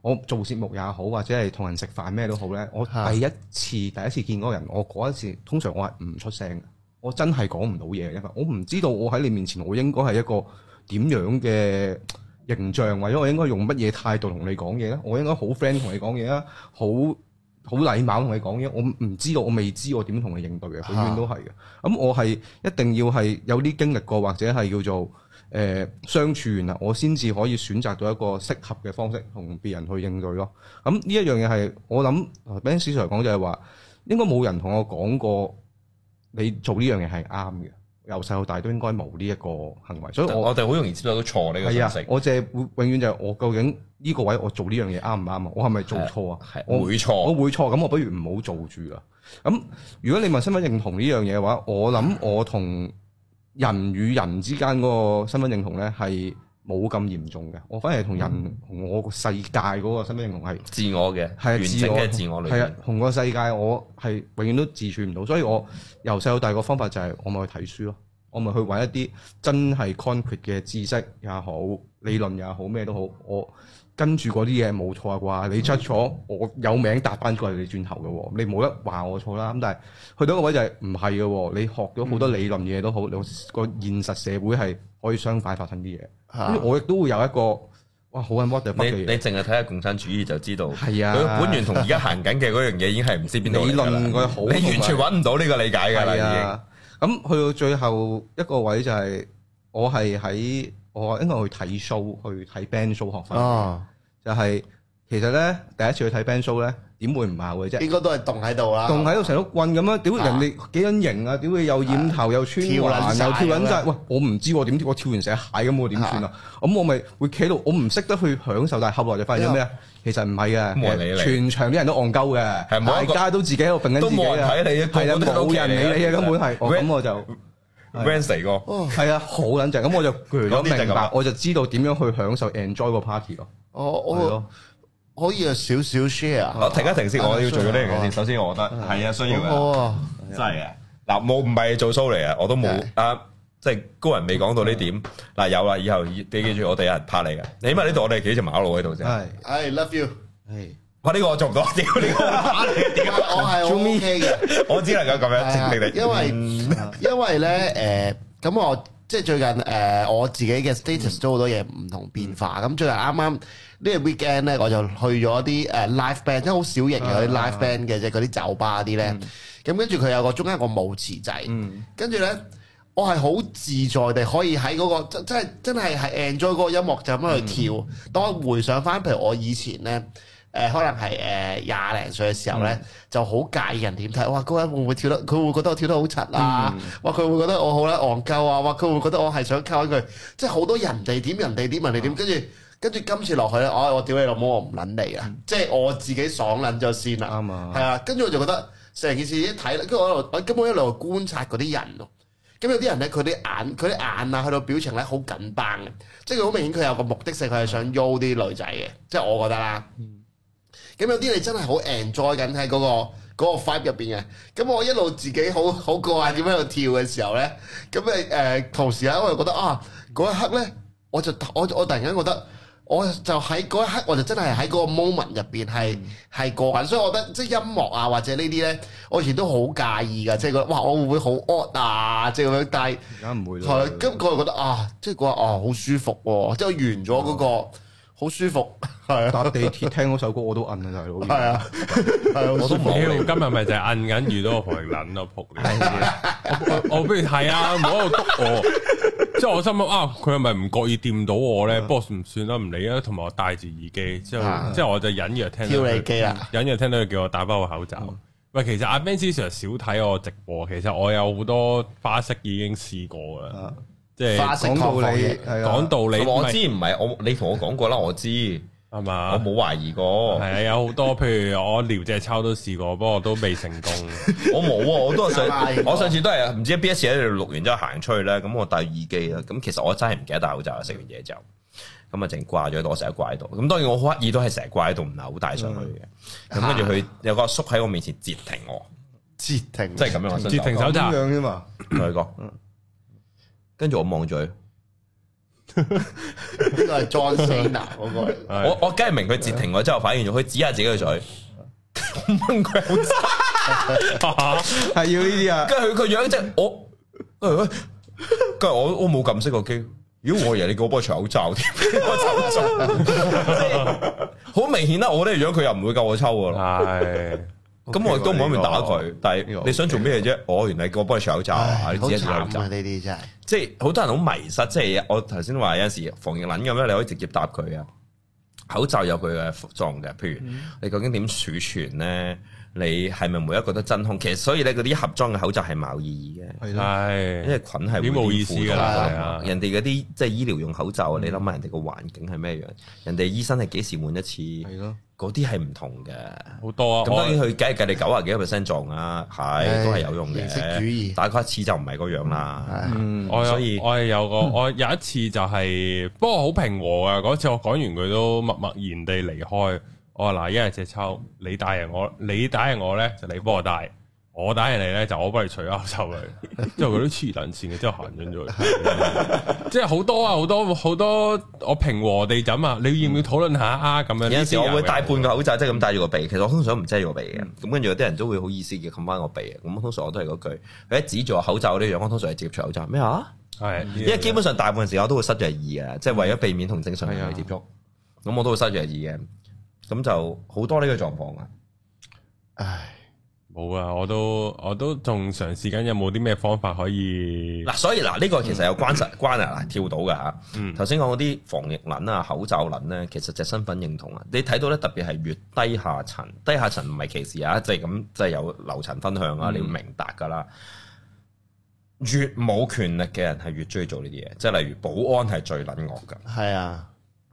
Speaker 3: 我做節目也好，或者係同人食飯咩都好咧，我
Speaker 4: 嚇
Speaker 3: 第一次第一次見嗰個人，我嗰一次通常我係唔出聲嘅，我真係講唔到嘢嘅，因為我唔知道我喺你面前我應該係一個點樣嘅形象，或者我應該用乜嘢態度同你講嘢咧？我應該好 friend 同你講嘢啊，好好禮貌同你講嘢。我唔唔知道，我未知我點同你應對嘅，
Speaker 4: 嚇
Speaker 3: 永遠都係嘅。咁我係一定要係有啲經歷過，或者係叫做誒、呃相處完啦，我先至可以選擇到一個適合嘅方式同別人去應對咯。咁呢一樣嘢係我諗呃，Ben Sir 講就係話，應該冇人同我講過你做呢樣嘢係啱嘅，由細到大都應該冇呢一個行為，所以我
Speaker 2: 我哋好容易接受到錯呢個
Speaker 3: 係
Speaker 2: 信
Speaker 3: 啊
Speaker 2: 息，，
Speaker 3: 我就係會永遠就係我究竟呢個位我做呢樣嘢啱唔啱啊？我係咪做錯啊？
Speaker 2: 係
Speaker 3: 我
Speaker 2: 會
Speaker 3: 我
Speaker 2: 錯。
Speaker 3: 會錯，咁我不如唔好做住啦。咁如果你問身份認同呢樣嘢嘅話，我 諗我同人與人之間嗰個身份認同呢係冇咁嚴重嘅，我反而係同
Speaker 2: 嗯
Speaker 3: 人同我個世界嗰個身份認同係
Speaker 2: 自我嘅，
Speaker 3: 係啊
Speaker 2: 完整嘅自我裏
Speaker 3: 係啊
Speaker 2: 面，，
Speaker 3: 同個世界我係永遠都自處唔到，所以我由細到大個方法就係我咪去睇書咯，我咪去揾一啲真係 concrete 嘅知識也好，理論也好，咩都好，我跟住嗰啲嘢冇錯啩，
Speaker 2: 嗯
Speaker 3: 你出錯，我有名答翻過嚟你轉頭嘅喎，你冇得話我錯啦。咁但係去到一個位就係唔係嘅喎，你學咗好多理論嘢都好，你
Speaker 2: 嗯
Speaker 3: 個現實社會係可以相反發生啲嘢，
Speaker 4: 嚇
Speaker 3: 跟住我亦都會有一個哇好 what the fuck
Speaker 2: 啊你
Speaker 3: 嘅
Speaker 2: 你
Speaker 3: 嘢，
Speaker 2: 淨係睇下共產主義就知道，
Speaker 3: 係啊
Speaker 2: 佢本源同而家行緊嘅嗰樣嘢已經係唔知邊度嚟㗎啦
Speaker 3: 理論佢好
Speaker 2: 你完全揾唔到呢個理解㗎啦，已
Speaker 3: 係
Speaker 2: 經。
Speaker 3: 啊，咁去到最後一個位就係我係喺我應該去睇 show 去睇 band show 學翻，
Speaker 4: 哦，
Speaker 3: 就係其實咧第一次去睇 band show 咧點會唔鬧嘅
Speaker 2: 哎
Speaker 3: 啫？
Speaker 4: 應該都係凍喺度啦。
Speaker 3: 仲喺度成碌棍咁樣，屌
Speaker 4: 啊
Speaker 3: 人哋幾撚型啊！屌你又染頭又穿環
Speaker 4: 跳撚晒
Speaker 3: 又跳撚晒，
Speaker 4: 咁樣
Speaker 3: 喂我唔知喎點知我跳完成蟹咁我點算啊？咁我咪會企喺度，我唔識得去享受，但係後來就發現咗咩啊？其實唔係
Speaker 2: 冇人理
Speaker 3: 嘅，
Speaker 2: 你
Speaker 3: 全場啲人都戇鳩
Speaker 2: 係
Speaker 3: 嘅，
Speaker 2: 冇
Speaker 3: 大
Speaker 2: 一個
Speaker 3: 家都自己喺度揈緊
Speaker 2: 都
Speaker 3: 自己
Speaker 2: 冇人
Speaker 3: 啊，
Speaker 2: 睇你嘅
Speaker 3: 係啦，
Speaker 2: 個個都
Speaker 3: 冇人理你
Speaker 2: 企
Speaker 3: 嘅
Speaker 2: 你
Speaker 3: 根本係，哦
Speaker 2: Red-
Speaker 3: 咁我就。
Speaker 2: Wednesday 個
Speaker 3: 係啊，好撚正，咁我就攰咗
Speaker 2: 嗰啲就係咁
Speaker 3: 明
Speaker 2: 啦
Speaker 3: 白，我就知道點樣去享受 enjoy 個 party 咯，
Speaker 4: 我
Speaker 3: 係
Speaker 4: 我
Speaker 3: 咯，
Speaker 4: 可以有少少 share 啊。
Speaker 2: 我停哦一停先，我要做咗呢樣嘢
Speaker 4: 好啊
Speaker 2: 先。首先，我覺得係啊，需要
Speaker 4: 好好
Speaker 2: 嘅，
Speaker 4: 啊，
Speaker 2: 真係嘅。嗱，冇唔係做 show 嚟嘅，我都冇啊，即係高人未講到呢
Speaker 3: 啊
Speaker 2: 點。嗱，有啦，以後你記住，我哋有人拍你嘅。你起碼呢度我哋幾條馬路喺度啫。
Speaker 3: 係
Speaker 4: 係 love you。
Speaker 3: 係
Speaker 2: 哇！呢個我做唔到，屌呢個我打你
Speaker 4: 點解我係
Speaker 3: Jimmy
Speaker 4: OK 嘅？
Speaker 2: 我只能夠咁樣
Speaker 4: 係
Speaker 2: 證明你。
Speaker 4: 啊因為因為咧誒，咁、我即係最近誒、我自己嘅 status 都好多嘢唔同變化。咁、最近啱啱呢個 weekend 咧，我就去咗啲誒 live band，即係好小型嘅嗰啲 live band 嘅啫，嗰啲酒吧啲咧。咁跟住佢有個中間有個舞池仔，跟住咧。我係好自在地可以喺嗰、個真真係真係係 enjoy 嗰個音樂就咁樣去跳。當我回想翻，譬如我以前咧，誒、可能係誒廿零歲嘅時候咧，就好介意人點睇。哇，嗰個人會唔會跳得？佢會覺得我跳得好柒啊！哇，佢會覺得我好啦戇鳩啊！哇，佢會覺得我係想溝緊佢。即係好多人哋點人哋點人哋點，跟住跟住今次落去咧，我我屌你老母，我唔撚你啦！即係我自己爽撚咗先啦。
Speaker 3: 啱啊
Speaker 4: 係，啊，跟住我就覺得成件事一睇啦，跟住我一路我根本一路觀察嗰啲人咯。咁有啲人咧，佢啲眼佢啲眼啊，去到表情咧好緊繃嘅，即係佢好明顯佢有個目的性，佢係想喐啲女仔嘅，即係我覺得啦。咁有啲你真係好 enjoy 緊喺嗰個。嗰個 vibe 入邊嘅，咁我一路自己好 好過癮點喺度跳嘅時候咧，咁誒誒，同時咧我又覺得啊，嗰一刻咧，我就我我突然間覺得，我就喺嗰一刻，我就真係喺嗰個 moment 入邊係
Speaker 3: 嗯
Speaker 4: 係過緊，所以我覺得即係音樂啊或者呢啲咧，我以前都好介意㗎，即係覺得哇我會唔會好 odd 啊，即係咁樣，但係。
Speaker 3: 而家唔會啦
Speaker 4: 係，咁佢又覺得啊，即係佢話啊，好舒服喎、即係完咗嗰、個
Speaker 3: 哦
Speaker 4: 好舒服，係啊，
Speaker 3: 搭地鐵聽嗰首歌我都摁啊，大佬，
Speaker 4: 係啊，係啊，
Speaker 2: 我
Speaker 1: 屌，
Speaker 2: 都冇你。
Speaker 1: 今日咪就係摁緊遇到個婆力撚咯，仆你！我我我不如係啊，唔好喺度督我，即係我心諗啊，佢係咪唔覺意掂到我咧？不過唔算啦，唔理啦。同埋我戴住耳機之後
Speaker 4: 啊，
Speaker 1: 之後我就隱約聽到
Speaker 4: 挑
Speaker 1: 佢
Speaker 4: 你機啦，
Speaker 1: 隱約聽到佢叫我戴翻個口罩。喂，其實阿 Ben Sir 少睇我直播，其實我有好多花式已經試過噶啦
Speaker 3: 啊，
Speaker 1: 即係
Speaker 4: 花式
Speaker 3: 講道
Speaker 4: 抗
Speaker 3: 理
Speaker 4: 疫
Speaker 3: 係啊
Speaker 1: 講道理，
Speaker 2: 我知唔係我，你同我講過啦，我知，
Speaker 1: 係
Speaker 3: 啊
Speaker 2: 我
Speaker 1: 嘛？
Speaker 2: 冇懷疑過
Speaker 1: 係，啊，有好多，譬如我撩隻抽都試過，不過都未成功。
Speaker 2: 我冇啊，我都係
Speaker 4: 係
Speaker 2: 上，我上次都係啊唔知 B S 喺度錄完之後行出去咧，咁我戴耳機啦，咁其實我真係唔記得戴口罩，食完嘢之後，咁啊淨掛咗喺度，我成日掛喺度，咁當然我好刻意都係成日掛喺度，唔係好戴上去嘅，咁跟住佢有個阿叔喺我面前截停我，
Speaker 4: 截停，
Speaker 2: 即係咁樣我伸手
Speaker 1: 截停手
Speaker 3: 咁
Speaker 1: 罩，
Speaker 3: 樣啫嘛，
Speaker 2: 同佢講，跟住我望住佢。
Speaker 4: 呢個係 John Cena 嗰 個嚟。
Speaker 1: 係
Speaker 2: 我我梗係明佢截停我之後，反應咗佢指下自己嘅嘴，掹佢口罩，
Speaker 3: 係要呢啲啊，
Speaker 2: 跟住佢個樣即係我，跟住佢跟住我我冇撳熄個機。如果我以為你叫我幫佢除口罩添， 我抽中，好明顯啦！我呢個樣佢又唔會夠我抽噶
Speaker 4: 啊
Speaker 2: 啦，
Speaker 1: 係
Speaker 2: 咁我亦都唔可以打佢。但
Speaker 3: 呢
Speaker 2: 係
Speaker 3: 個
Speaker 2: 你想做咩啫？我原來叫我幫佢除口罩啊！
Speaker 4: 唉
Speaker 2: 你
Speaker 4: 好
Speaker 2: 指下自己口
Speaker 4: 慘
Speaker 2: 罩
Speaker 4: 啊！。呢啲真係，
Speaker 2: 即係好多人哎好迷失，即係我頭先話有陣時防疫撚咁樣，你可以直接答佢啊。口罩有佢嘅服裝嘅，譬如
Speaker 4: 嗯
Speaker 2: 你究竟點儲存咧？你係咪每一個都真空？其實所以咧，嗰啲盒裝嘅口罩係冇意義嘅，
Speaker 3: 係啦，
Speaker 1: 係
Speaker 2: 因為菌係會
Speaker 1: 已經冇意思㗎
Speaker 4: 啦
Speaker 2: 顛覆到
Speaker 1: 係啊
Speaker 2: 人哋嗰啲即係醫療用口罩，你諗下人哋個環境係咩樣？人哋醫生係幾時換一次？
Speaker 3: 係咯，
Speaker 2: 嗰啲係唔同嘅。
Speaker 1: 好多啊！
Speaker 2: 咁當然佢計計你九啊幾個 percent 撞啊，係都係有用
Speaker 4: 唉形式主
Speaker 2: 嘅。
Speaker 4: 義
Speaker 2: 打過一次就唔係嗰樣啦。
Speaker 3: 嗯，
Speaker 1: 我有
Speaker 2: 所以嗯
Speaker 1: 我係有個我有一次就係、不過好平和啊！嗰次我講完佢都默默然地離開。我話嗱，一係隻抽，你打贏我，你打贏我咧就你幫我帶，我打贏你咧就我幫你除口罩 佢。之後佢都黐撚線嘅，之後行緊咗去。即係好多啊，好多好多，我平和地就咁啊，你要唔要討論下啊？咁樣
Speaker 2: 有陣時我會
Speaker 1: 帶
Speaker 2: 戴半個口罩，即係咁戴住個鼻。其實我通常唔遮住個鼻嘅，咁跟住有啲人都會好意思嘅冚翻個鼻嘅。咁通常我都係嗰句，佢一指住我口罩嗰啲樣，我通常係直接除口罩。咩啊？
Speaker 1: 係，
Speaker 2: 因為基本上大部分時間我都會塞住隻耳嘅，即係為咗避免同正常人類接觸，咁我都會塞住隻耳嘅。咁就好多呢個狀況啊！
Speaker 4: 唉，
Speaker 1: 冇啊！我都我都仲嘗試緊有冇啲咩方法可以
Speaker 2: 嗱，所以嗱，呢個其實有關實關啊，嗱跳到嘅嚇
Speaker 1: 嗯。
Speaker 2: 頭先講嗰啲防疫撚啊、口罩撚咧，其實就係身份認同啊。你睇到咧，特別係越低下層，低下層唔係歧視啊，即係咁，即係有樓層分享啊，你要明白噶啦。越冇權力嘅人係越中意做呢啲嘢，即係例如保安係最撚惡噶，
Speaker 4: 係啊，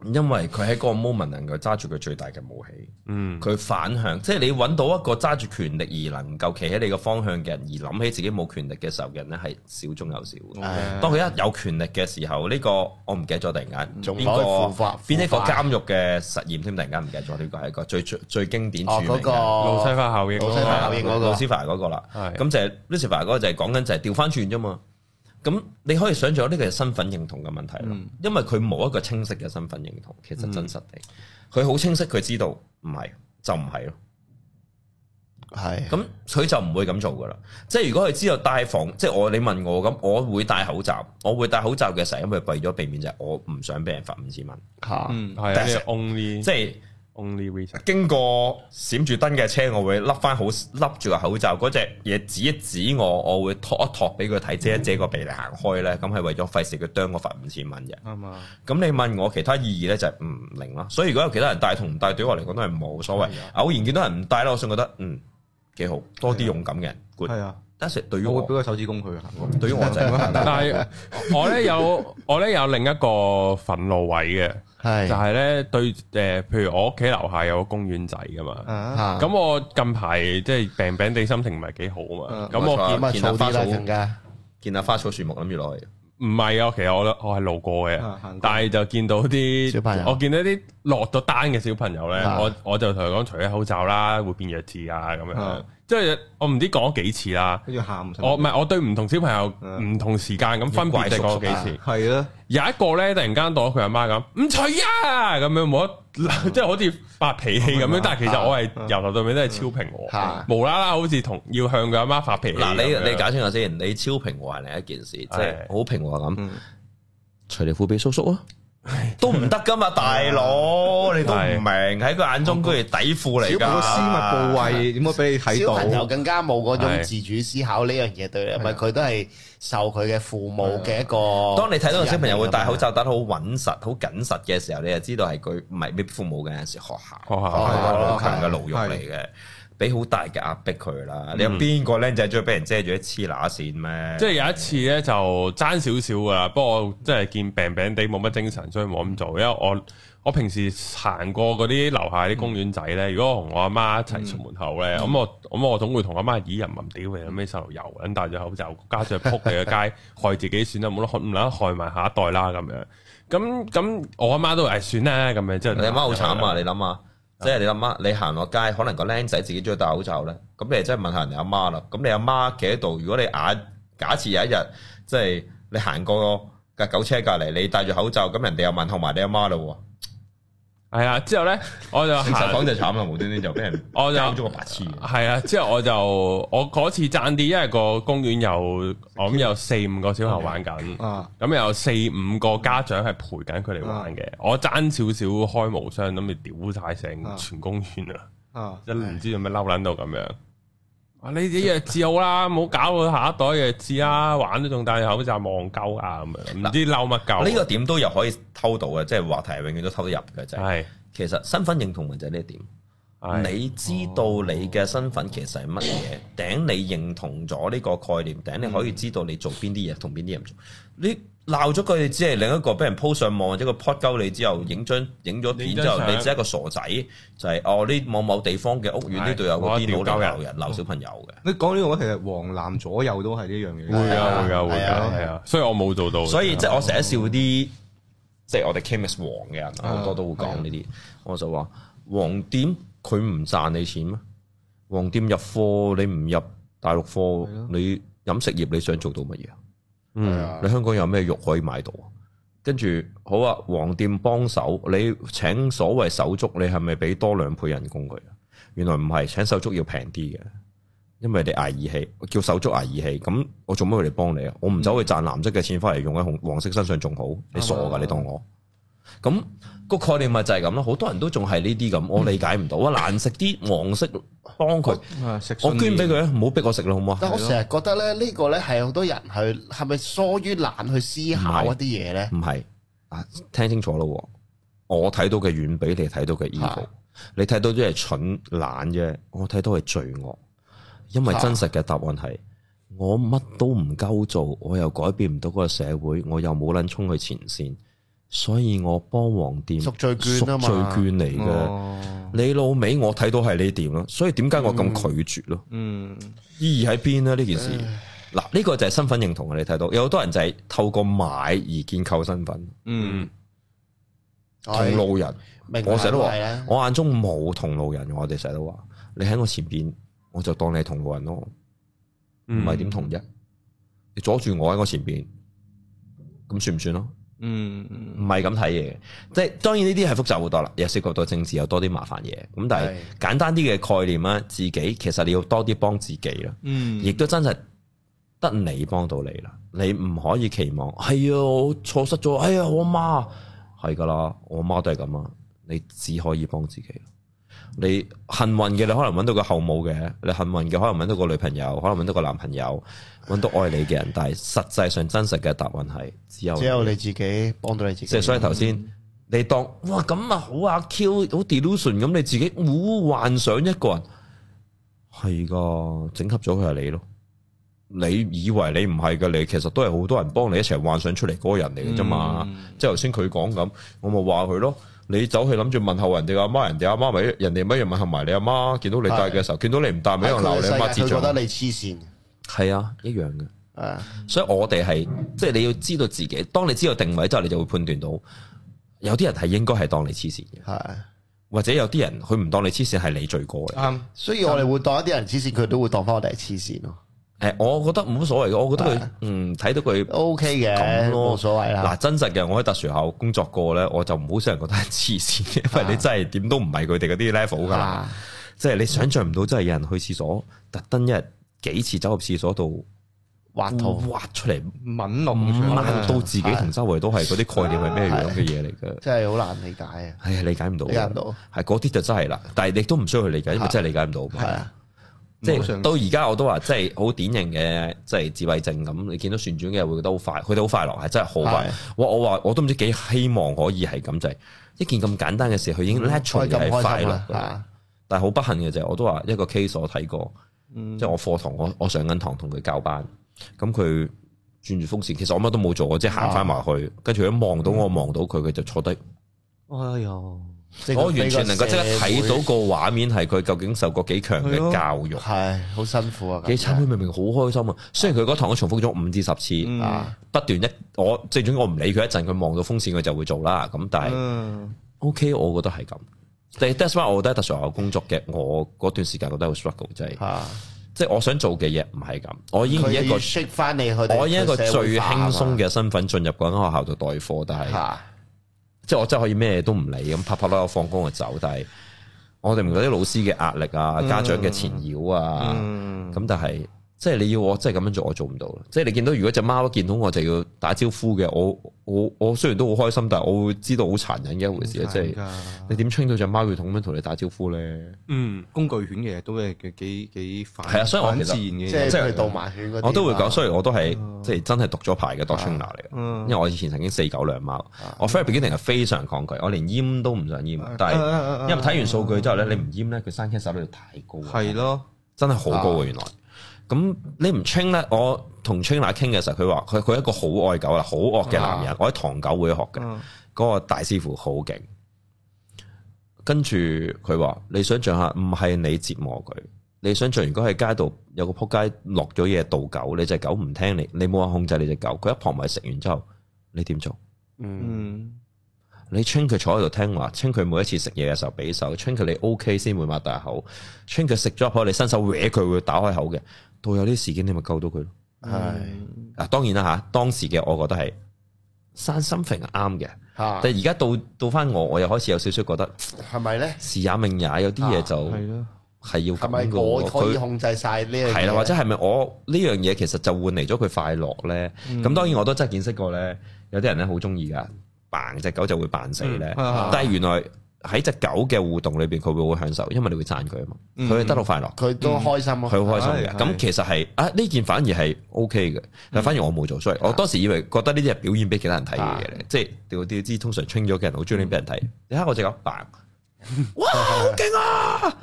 Speaker 2: 因為佢喺嗰個 moment 能夠揸住佢最大嘅武器。
Speaker 1: 嗯
Speaker 2: 佢反向，即係你揾到一個揸住權力而能夠企喺你個方向嘅人，而諗起自己冇權力嘅時候嘅人咧，係少中有少嘅。
Speaker 4: 唉
Speaker 2: 當佢一有權力嘅時候，呢、個我唔記得咗，突然間
Speaker 4: 仲可以
Speaker 2: 邊
Speaker 4: 腐
Speaker 2: 個
Speaker 4: 化
Speaker 2: 邊一個
Speaker 4: 腐化
Speaker 2: 監獄嘅實驗添，突然間唔記得咗，呢個係一個最最最經典
Speaker 4: 哦
Speaker 2: 著名
Speaker 4: 嗰個
Speaker 2: 嘅
Speaker 1: 路西法效應咯啊
Speaker 4: 路西法效應嗰個
Speaker 2: 路斯凡嗰個啦。
Speaker 1: 係
Speaker 2: 咁就係 Lucifer 嗰個就係講緊就係調翻轉啫嘛。咁你可以想象呢個係身份認同嘅問題啦，
Speaker 4: 嗯
Speaker 2: 因為佢冇一個清晰嘅身份認同，其實真實地，佢好、清晰佢知道唔係就唔係咯。
Speaker 4: 係
Speaker 2: 咁佢就唔會咁做噶啦。即係如果佢知道戴防，即係我你問我咁，我會戴口罩，我會戴口罩嘅時候，因為為咗避免就係我唔想俾人罰五千蚊。
Speaker 4: 嚇，
Speaker 3: 嗯，
Speaker 1: 係啊，呢
Speaker 2: That's
Speaker 1: 個
Speaker 2: it
Speaker 1: only
Speaker 2: 即係
Speaker 1: only reason
Speaker 2: 經過閃住燈嘅車，我會笠翻好笠住個口罩，嗰隻嘢指一指我，我會托一托俾佢睇，遮一
Speaker 3: 嗯
Speaker 2: 遮個鼻嚟行開咧。咁係為咗費事佢啄我罰五千蚊嘅。
Speaker 3: 啱啊，
Speaker 2: 咁你問我其他意義咧就係唔明咯。所以如果有其他人戴同唔戴，對我嚟講都係冇所謂。
Speaker 3: 啊
Speaker 2: 偶然見到人唔戴咧，我想覺得嗯幾好，多啲勇敢嘅人。Good
Speaker 3: 係。啊，
Speaker 2: 但係對於
Speaker 3: 我會
Speaker 2: 我
Speaker 3: 俾個手指公佢行啊過，
Speaker 2: 對於我就係 咁
Speaker 1: 但係我咧有我咧有另一個憤怒位嘅，就
Speaker 4: 係
Speaker 1: 係咧對誒，譬如我屋企樓下有個公園仔噶嘛，
Speaker 3: 啊，
Speaker 4: 嚇，
Speaker 1: 咁我近排即係病病地心情唔係幾好啊嘛，
Speaker 3: 嗯
Speaker 1: 咁我
Speaker 4: 咁啊
Speaker 2: 見到
Speaker 4: 燥啲
Speaker 2: 花
Speaker 4: 啦，
Speaker 2: 草
Speaker 4: 更加
Speaker 2: 見下花草樹木諗住落去，
Speaker 1: 唔係啊，其實我我係路過嘅
Speaker 3: 啊行過，
Speaker 1: 但係就見到
Speaker 4: 小朋友
Speaker 1: 啲我見到啲落咗單嘅小朋友咧，
Speaker 4: 啊
Speaker 1: 我我就同佢講除咗口罩啦，會變弱智啊咁樣
Speaker 3: 啊，
Speaker 1: 即係我唔知講咗幾次啦，
Speaker 3: 跟住喊，
Speaker 1: 我唔係我對唔同小朋友
Speaker 3: 嗯
Speaker 1: 唔同時間咁分別地講咗
Speaker 4: 啊怪叔
Speaker 1: 幾
Speaker 4: 叔
Speaker 1: 次。
Speaker 3: 係啦，
Speaker 1: 有一個咧，突然間當佢阿媽咁，唔除啊，咁樣冇
Speaker 4: 嗯
Speaker 1: 得， 即係好似發脾氣咁樣。但係其實我
Speaker 4: 啊
Speaker 1: 係由頭到尾都係超平
Speaker 4: 嚇
Speaker 1: 和，無啦啦好似同要向佢阿媽發脾氣咁樣。
Speaker 2: 嗱，你你搞清楚先，你超平和係另一件事，即係好平和咁，除你褲俾叔叔啊，都唔得噶嘛，大佬，你都唔明喺佢眼中，佢係底褲
Speaker 3: 小朋友
Speaker 2: 嚟噶。
Speaker 3: 私密部位點解俾你睇
Speaker 4: 小朋友
Speaker 3: 到？
Speaker 4: 更加冇嗰種
Speaker 1: 係
Speaker 4: 自主思考呢樣嘢對你，因為
Speaker 3: 係啊
Speaker 4: 佢都係受佢嘅父母嘅一個。
Speaker 2: 當你睇到個小朋友會戴口，罩戴得好穩實、好緊實嘅時候，你就知道係佢唔係俾父母嘅，係學校
Speaker 1: 學校
Speaker 2: 係一個
Speaker 4: 哦
Speaker 2: 好強嘅牢獄嚟嘅，俾好大嘅壓迫佢啦。你有邊個僆仔中意俾人遮住一黐乸線咩？
Speaker 1: 即係有一次咧就爭少少噶啦，不過我真係見病病地冇乜精神，所以冇咁做。因為我我平時行過嗰啲樓下啲公園仔咧，如果我同我阿媽一齊出門口咧，咁、
Speaker 2: 嗯
Speaker 1: 我咁我總會同阿媽咦人民屌你有咩細路油咁戴咗口罩，家長撲你嘅街，害自己算啦，冇得害唔撚害埋下一代啦咁樣。咁咁我阿媽都誒算啦咁樣，之後
Speaker 2: 你阿媽好慘啊！你諗下，即係你諗下，你行落街，可能個僆仔自己中意戴口罩咧，咁你真係問下人哋阿媽啦。咁你阿媽企喺度，如果你假假設有一日，即係你行過架狗車隔離，你戴住口罩，咁人哋又問候埋你阿媽啦喎。
Speaker 1: 係啊，之後咧我就
Speaker 2: 其實
Speaker 1: 行
Speaker 2: 講就慘啦，無端端就俾人
Speaker 1: 我就
Speaker 2: 交咗個白痴。
Speaker 1: 係啊，之後我就我嗰次爭啲，因為個公園有我諗有四五個小朋友玩緊，
Speaker 3: 啊，
Speaker 1: 咁有四五個家長係陪緊佢哋玩嘅。我爭少少開無雙，諗住屌晒成全公園啊！
Speaker 3: 啊，
Speaker 1: 真唔知做咩嬲撚到咁樣。啊！你啲弱智好啦，唔好搞到下一代弱智啦，玩都仲戴口罩望鳩啊咁樣，唔知嬲乜鳩。啊
Speaker 2: 呢個點都又可以偷到嘅，即係話題永遠都偷得入嘅，就係
Speaker 1: 係
Speaker 2: 其實身份認同咪就係呢一點。
Speaker 1: 係
Speaker 2: 你知道
Speaker 1: 哦
Speaker 2: 你嘅身份其實係乜嘢？頂你認同咗呢個概念，頂你可以知道你做邊啲嘢同邊啲嘢唔做。你鬧咗佢，只係另一個俾人 po 上網或者個 po 鳩你之後，影張影咗片
Speaker 1: 影
Speaker 2: 之
Speaker 1: 張
Speaker 2: 後，
Speaker 1: 相
Speaker 2: 你只係一個傻仔，就係、哦呢某某地方嘅屋苑呢度有個
Speaker 1: 係
Speaker 2: 電腦嚟
Speaker 1: 我屌鳩
Speaker 2: 鬧人鬧小朋友嘅。
Speaker 3: 你講呢個話其實黃藍左右都係呢樣嘢。
Speaker 1: 會啊會啊會
Speaker 4: 係
Speaker 1: 啊
Speaker 4: 啊
Speaker 1: 係啊，所以我冇做到。
Speaker 2: 所以即係我成日笑啲，即係我哋 Chemis 黃嘅人，
Speaker 3: 啊
Speaker 2: 好多都會講呢啲。我就話黃店佢唔賺你錢咩？黃店入貨你唔入大陸貨
Speaker 3: 係咯，
Speaker 2: 你飲食業你想做到乜嘢
Speaker 4: 係
Speaker 2: 啊？
Speaker 1: 嗯
Speaker 4: 啊
Speaker 2: 你香港有咩肉可以買到啊？跟住好啊，黃店幫手，你請所謂手足，你係咪俾多兩倍人工佢啊？原來唔係，請手足要平啲嘅，因為你捱義氣，叫手足捱義氣。咁我做乜佢哋幫你啊？我唔走去賺藍色嘅錢翻嚟用喺紅黃色身上仲好，
Speaker 4: 啊
Speaker 2: 你傻噶？你當我？咁、個概念咪就係咁咯，好多人都仲係呢啲咁，我理解唔 到啊！難食啲黃色幫佢，
Speaker 3: 啊食
Speaker 2: 我
Speaker 3: 信
Speaker 2: 捐俾
Speaker 3: 念
Speaker 2: 佢啊，唔好逼我食啦，好唔好
Speaker 4: 但
Speaker 2: 啊？
Speaker 4: 我成日覺得咧，呢個咧係好多人去係咪疏於懶去思考一
Speaker 2: 唔係
Speaker 4: 啲嘢咧？
Speaker 2: 唔係啊，聽清楚咯，我睇到嘅遠比你睇到
Speaker 4: 係
Speaker 2: 嘅 evil，你睇到啲係蠢懶啫，我睇到係罪惡，因為
Speaker 4: 係
Speaker 2: 真實嘅答案係我乜都唔鳩做，我又改變唔到嗰個社會，我又冇撚衝去前線，所以我幫黃店
Speaker 4: 贖罪券啊嘛
Speaker 2: 嗯贖罪券嚟嘅。
Speaker 3: 哦
Speaker 2: 你老味，我睇到係呢點咯，所以點解我咁拒絕咯？
Speaker 3: 嗯，
Speaker 2: 意義喺邊呢？呢件事嗱，呢個就係身份認同啊！你睇到有好多人就係透過買而建構身份。
Speaker 3: 嗯，
Speaker 2: 同路人，
Speaker 4: 明白
Speaker 2: 我成日都話
Speaker 4: 係啊，
Speaker 2: 我眼中冇同路人，我哋成日都話，你喺我前邊，我就當你係同路人咯，唔
Speaker 1: 嗯
Speaker 2: 係點同啫？你阻住我喺我前邊，咁算唔算咯？
Speaker 3: 嗯，嗯
Speaker 2: 唔係咁睇嘢嘅，即係當然呢啲係複雜好多啦，又涉及到政治，有多啲麻煩嘢。咁但係
Speaker 4: 係
Speaker 2: 簡單啲嘅概念啦，自己其實你要多啲幫自己啦。
Speaker 3: 嗯，
Speaker 2: 亦都真係得你幫到你啦，你唔可以期望係啊，我錯失咗，哎呀，我媽係噶啦，我媽都係咁啊，你只可以幫自己。你幸運嘅，你可能揾到個後母嘅；你幸運嘅，可能揾到個女朋友，可能揾到個男朋友，揾到愛你嘅人。但係實際上真實嘅答案係只有
Speaker 4: 只有你自己幫到你自己。
Speaker 2: 即係所以頭先你當哇咁啊好阿 Q 好 delusion 咁，你自己呜幻想一個人係噶，整合咗佢係你咯。你以為你唔係嘅，你其實都係好多人幫你一齊幻想出嚟嗰個人嚟嘅啫嘛。
Speaker 4: 嗯
Speaker 2: 即係頭先佢講咁，我咪話佢咯。你走去諗住問候人哋阿啊媽，人哋阿媽咪一人哋咪一樣問候埋你阿媽。見到你戴嘅時候，見到你唔戴咪一樣鬧你阿媽智
Speaker 4: 佢覺得
Speaker 2: 障。
Speaker 4: 你黐線，
Speaker 2: 係啊，一樣嘅。
Speaker 4: 係啊
Speaker 2: 所以我哋係即係你要知道自己，當你知道定位之後，你就會判斷到有啲人係應該係當你黐線嘅，
Speaker 4: 係啊。
Speaker 2: 或者有啲人佢唔當你黐線係你罪過嚟。誒、
Speaker 3: 啱，
Speaker 4: 所以我哋會當一啲人黐線，佢都會當翻我哋係黐線咯。
Speaker 2: 我覺得冇乜所謂嘅，我覺得
Speaker 4: 啊
Speaker 2: 佢嗯睇到佢
Speaker 4: O K 嘅，
Speaker 2: 咁咯
Speaker 4: 冇所謂
Speaker 2: 嗱
Speaker 4: 啦。
Speaker 2: 真實嘅，我喺特殊學校工作過咧，我就唔好少人覺得係黐線嘅，因為你真係點都唔係佢哋嗰啲 level 㗎啦。
Speaker 4: 啊
Speaker 2: 即係你想象唔到，真係有人去廁所特登一日幾次走入廁所度
Speaker 4: 畫圖，
Speaker 2: 挖出嚟，
Speaker 4: 嗯
Speaker 3: 抿落咁長
Speaker 2: 掹到自己同周圍都係嗰啲概念係咩樣嘅嘢嚟嘅。
Speaker 4: 真係好難理解啊！
Speaker 2: 哎呀，理解唔到，
Speaker 4: 理解唔到，
Speaker 2: 係嗰啲就真係啦。但係你都唔需要去理解，因為真係理解唔到。
Speaker 4: 係啊，
Speaker 2: 即
Speaker 3: 網上
Speaker 2: 係到而家我都話，即係好典型嘅，即係自閉症咁。你見到旋轉嘅會覺得好快，佢哋好快樂，係真係好快
Speaker 4: 係。
Speaker 2: 我我話我都唔知幾希望可以係咁，就係一件咁簡單嘅事，佢已經 natural
Speaker 4: 嗯開咁
Speaker 2: 係
Speaker 4: 開
Speaker 2: 快
Speaker 4: 心
Speaker 2: 樂
Speaker 4: 啊
Speaker 2: 㗎
Speaker 4: 係
Speaker 2: 啦。
Speaker 4: 啊！
Speaker 2: 但係好不幸嘅就係，我都話一個 case 我睇過，即係我課堂我我上緊堂同佢教班，咁佢轉住風扇，其實我乜都冇做，我即係行翻埋去，
Speaker 4: 啊
Speaker 2: 跟住佢一
Speaker 4: 嗯
Speaker 2: 望到我，望到佢，佢就坐低。哎呀！
Speaker 4: 即係
Speaker 2: 我
Speaker 4: 佢俾
Speaker 2: 完全
Speaker 4: 個
Speaker 2: 能夠即刻
Speaker 4: 社
Speaker 2: 睇
Speaker 4: 會
Speaker 2: 到個畫面係佢究竟受過幾強
Speaker 3: 係
Speaker 2: 嘅
Speaker 3: 咯
Speaker 2: 教育。
Speaker 4: 係好辛苦啊！
Speaker 2: 幾慘，佢
Speaker 4: 慘
Speaker 2: 明明好開心啊！雖然佢嗰堂都重複咗五至十次，
Speaker 3: 嗯
Speaker 4: 啊！
Speaker 2: 不斷一我即係總之我唔理佢一陣，佢望到風扇佢就會做啦。咁但係
Speaker 3: 嗯
Speaker 2: OK，我覺得係咁。但係 that's why 我覺得特殊學校工作嘅，我嗰段時間覺得好 struggle，就係
Speaker 4: 嚇，
Speaker 2: 即係我想做嘅嘢唔係咁，我已經以
Speaker 4: 佢
Speaker 2: 一
Speaker 4: 要
Speaker 2: 個
Speaker 4: shake 翻你去哋
Speaker 2: 我以一個
Speaker 4: 社會
Speaker 2: 最
Speaker 4: 化啊
Speaker 2: 輕
Speaker 4: 嘛
Speaker 2: 鬆嘅身份進入嗰間學校度代課，但係
Speaker 4: 嚇
Speaker 2: 即係我真係可以咩都唔理咁拍拍啦，我放工就走。但係我哋唔覺得啲老師嘅壓力啊、家長嘅纏繞啊。
Speaker 3: 嗯，
Speaker 2: 咁但係即係你要我真係咁樣做，我做唔到啦。即係你見到如果只貓見到我就要打招呼嘅，我我我雖然都好開心，但係我會知道好殘忍嘅一回
Speaker 3: 嗯
Speaker 2: 事啊！即係你點清到只貓要同咁樣同你打招呼咧？
Speaker 1: 嗯，
Speaker 3: 工具犬嘅都係幾幾幾反
Speaker 2: 係啊所以我其實
Speaker 3: 反自然嘅
Speaker 4: 即
Speaker 3: 嘢，
Speaker 4: 係佢導盲犬嗰啲
Speaker 2: 我都會
Speaker 4: 嘛
Speaker 2: 講，雖然我都係即係真係讀咗牌嘅 dog trainer 嚟嘅，
Speaker 3: 嗯
Speaker 2: 因為我以前曾經四狗兩貓，我 fair beginning 係非常抗拒，我連閹都唔想
Speaker 3: 啊
Speaker 2: 閹，但係因為睇完數據之後咧，你唔閹咧，佢生 cancer 率太高啊，
Speaker 3: 係咯，啊
Speaker 2: 真係好高啊嘅原來。咁你唔 train 咧，我同 trainer 傾嘅時候，佢話佢佢一個好愛狗啊啦，好惡嘅
Speaker 3: 啊
Speaker 2: 男人，我喺唐狗會學嘅，嗰、
Speaker 3: 嗯
Speaker 2: 個大師傅好勁。跟住佢話：你想象下，唔係你折磨佢，你想象如果喺街度有個撲街落咗嘢導狗，你只狗唔聽你，你冇話控制你只狗，佢一旁咪食完之後，你點做？
Speaker 4: 嗯
Speaker 3: 嗯，
Speaker 2: 你 train 佢坐喺度聽話，train 佢每一次食嘢嘅時候俾手，train 佢你 OK 先會擘大口，train 佢食咗入口你伸手搲佢會打開口嘅，到有啲事件你咪救到佢咯。
Speaker 4: 係
Speaker 2: 嗱當然啦吓，當時嘅我覺得係生心平係啱嘅，
Speaker 4: 嚇
Speaker 2: 但係而家到到翻我，我又開始有少少覺得
Speaker 4: 係咪咧？
Speaker 2: 是也命也，有啲嘢就
Speaker 3: 係咯，
Speaker 2: 係要
Speaker 4: 啊係咪
Speaker 2: 咁嘅
Speaker 4: 我
Speaker 2: 喎
Speaker 4: 可以
Speaker 2: 佢
Speaker 4: 控制晒呢樣嘢？
Speaker 2: 係啦，或者係咪我呢樣嘢其實就換嚟咗佢快樂咧？
Speaker 4: 嗯
Speaker 2: 咁、當然我都真係見識過咧，有啲人咧好中意噶，扮只狗就會扮死咧，
Speaker 3: 嗯啊
Speaker 2: 但係原來喺只狗嘅互動裏邊，佢會好享受，因為你會讚佢啊嘛，
Speaker 3: 嗯
Speaker 2: 佢會得到快樂，
Speaker 4: 佢都開心咯，
Speaker 2: 佢好開心嘅。
Speaker 3: 係
Speaker 2: 咁
Speaker 3: 係
Speaker 2: 其實係啊呢件反而係 O K 嘅，但反而我冇做，所以我當時以為覺得呢啲係表演俾其他人睇嘅嘢嚟，即係屌啲知通常 train 咗嘅人好中意俾人睇，你睇我只狗 扮，哇好勁啊！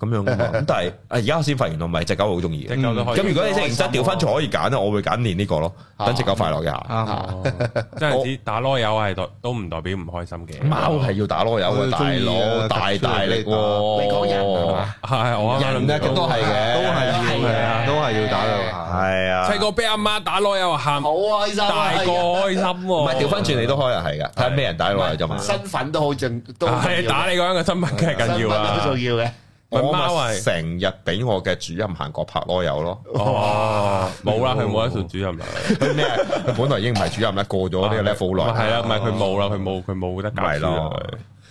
Speaker 2: 咁樣㗎嘛，咁但係啊而家我先發現我咪只狗好中意
Speaker 1: 只。
Speaker 2: 嘅
Speaker 1: 狗都可以
Speaker 2: 咁如果你即係認真調翻轉可以揀咧，我會揀練呢個咯，等只狗快樂一下。
Speaker 3: 啱，
Speaker 1: 真係指打啰柚係代都唔代表唔開心嘅。
Speaker 2: 貓係要打攞
Speaker 3: 我
Speaker 2: 油嘅
Speaker 3: 都
Speaker 2: 大
Speaker 3: 鍾意啊
Speaker 2: 佬，大大力喎。
Speaker 4: 你講人係嘛？
Speaker 1: 哦係我啱啱諗
Speaker 2: 啊人啊，咁都係嘅，
Speaker 3: 都係要
Speaker 4: 係啊
Speaker 3: 嘅，都係要打兩下，
Speaker 2: 係啊。
Speaker 1: 細個俾阿媽打啰柚喊，
Speaker 4: 好開心啊
Speaker 1: 大個開心喎。
Speaker 2: 唔係調翻轉，你都可能係噶，睇下咩人啊打落嚟啫嘛。
Speaker 4: 身份都好重，都好重要
Speaker 1: 係打你嗰個身份梗係緊要啊
Speaker 4: 身份都好
Speaker 1: 啦
Speaker 4: 重。要嘅。
Speaker 1: 咪
Speaker 2: 我
Speaker 1: 貓
Speaker 2: 咪
Speaker 1: 係
Speaker 2: 成日俾我嘅主任行過拍攞油咯。
Speaker 1: 哦，冇啦，佢冇得做主任啦。
Speaker 2: 佢咩？啊佢本來已經唔係主任啦，過咗呢個 level 好耐。
Speaker 1: 係啦，唔係佢冇啦，佢冇佢冇得
Speaker 2: 咪
Speaker 1: 教書啦
Speaker 2: 咯。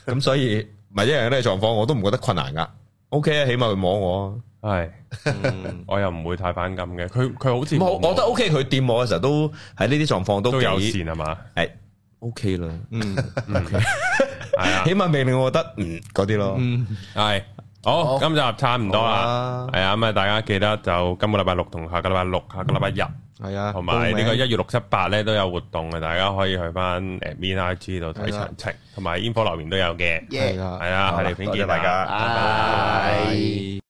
Speaker 2: 咁所以咪一樣呢個狀況，我都唔覺得困難噶。O K 啊，起碼佢摸我。
Speaker 1: 係，
Speaker 3: 嗯
Speaker 1: 我又唔會太反感嘅。佢佢好似
Speaker 2: 咁我我覺得
Speaker 1: 都
Speaker 2: O K，佢掂我嘅時候都喺呢啲狀況都
Speaker 1: 都友
Speaker 2: 幾
Speaker 1: 善係嘛？
Speaker 2: 係 O K 啦。
Speaker 3: 嗯
Speaker 1: 係啊
Speaker 2: 起，碼未令我覺得嗯嗰啲咯。
Speaker 3: 嗯，
Speaker 1: 係好，
Speaker 4: 好
Speaker 1: 今集差唔多啦
Speaker 3: 好啊。
Speaker 1: 係啊，咁啊，大家記得就今個禮拜六同下個禮拜六、下個禮拜日。
Speaker 3: 係啊，
Speaker 1: 同埋呢個一
Speaker 3: 報名
Speaker 1: 月六七八咧都有活動嘅，大家可以去呃翻 admin IG 度睇詳情，同埋 info 留言都有嘅，
Speaker 4: 耶
Speaker 3: 係啊
Speaker 1: 係啦，下條片見
Speaker 2: 多謝大家
Speaker 1: 啊
Speaker 4: 拜。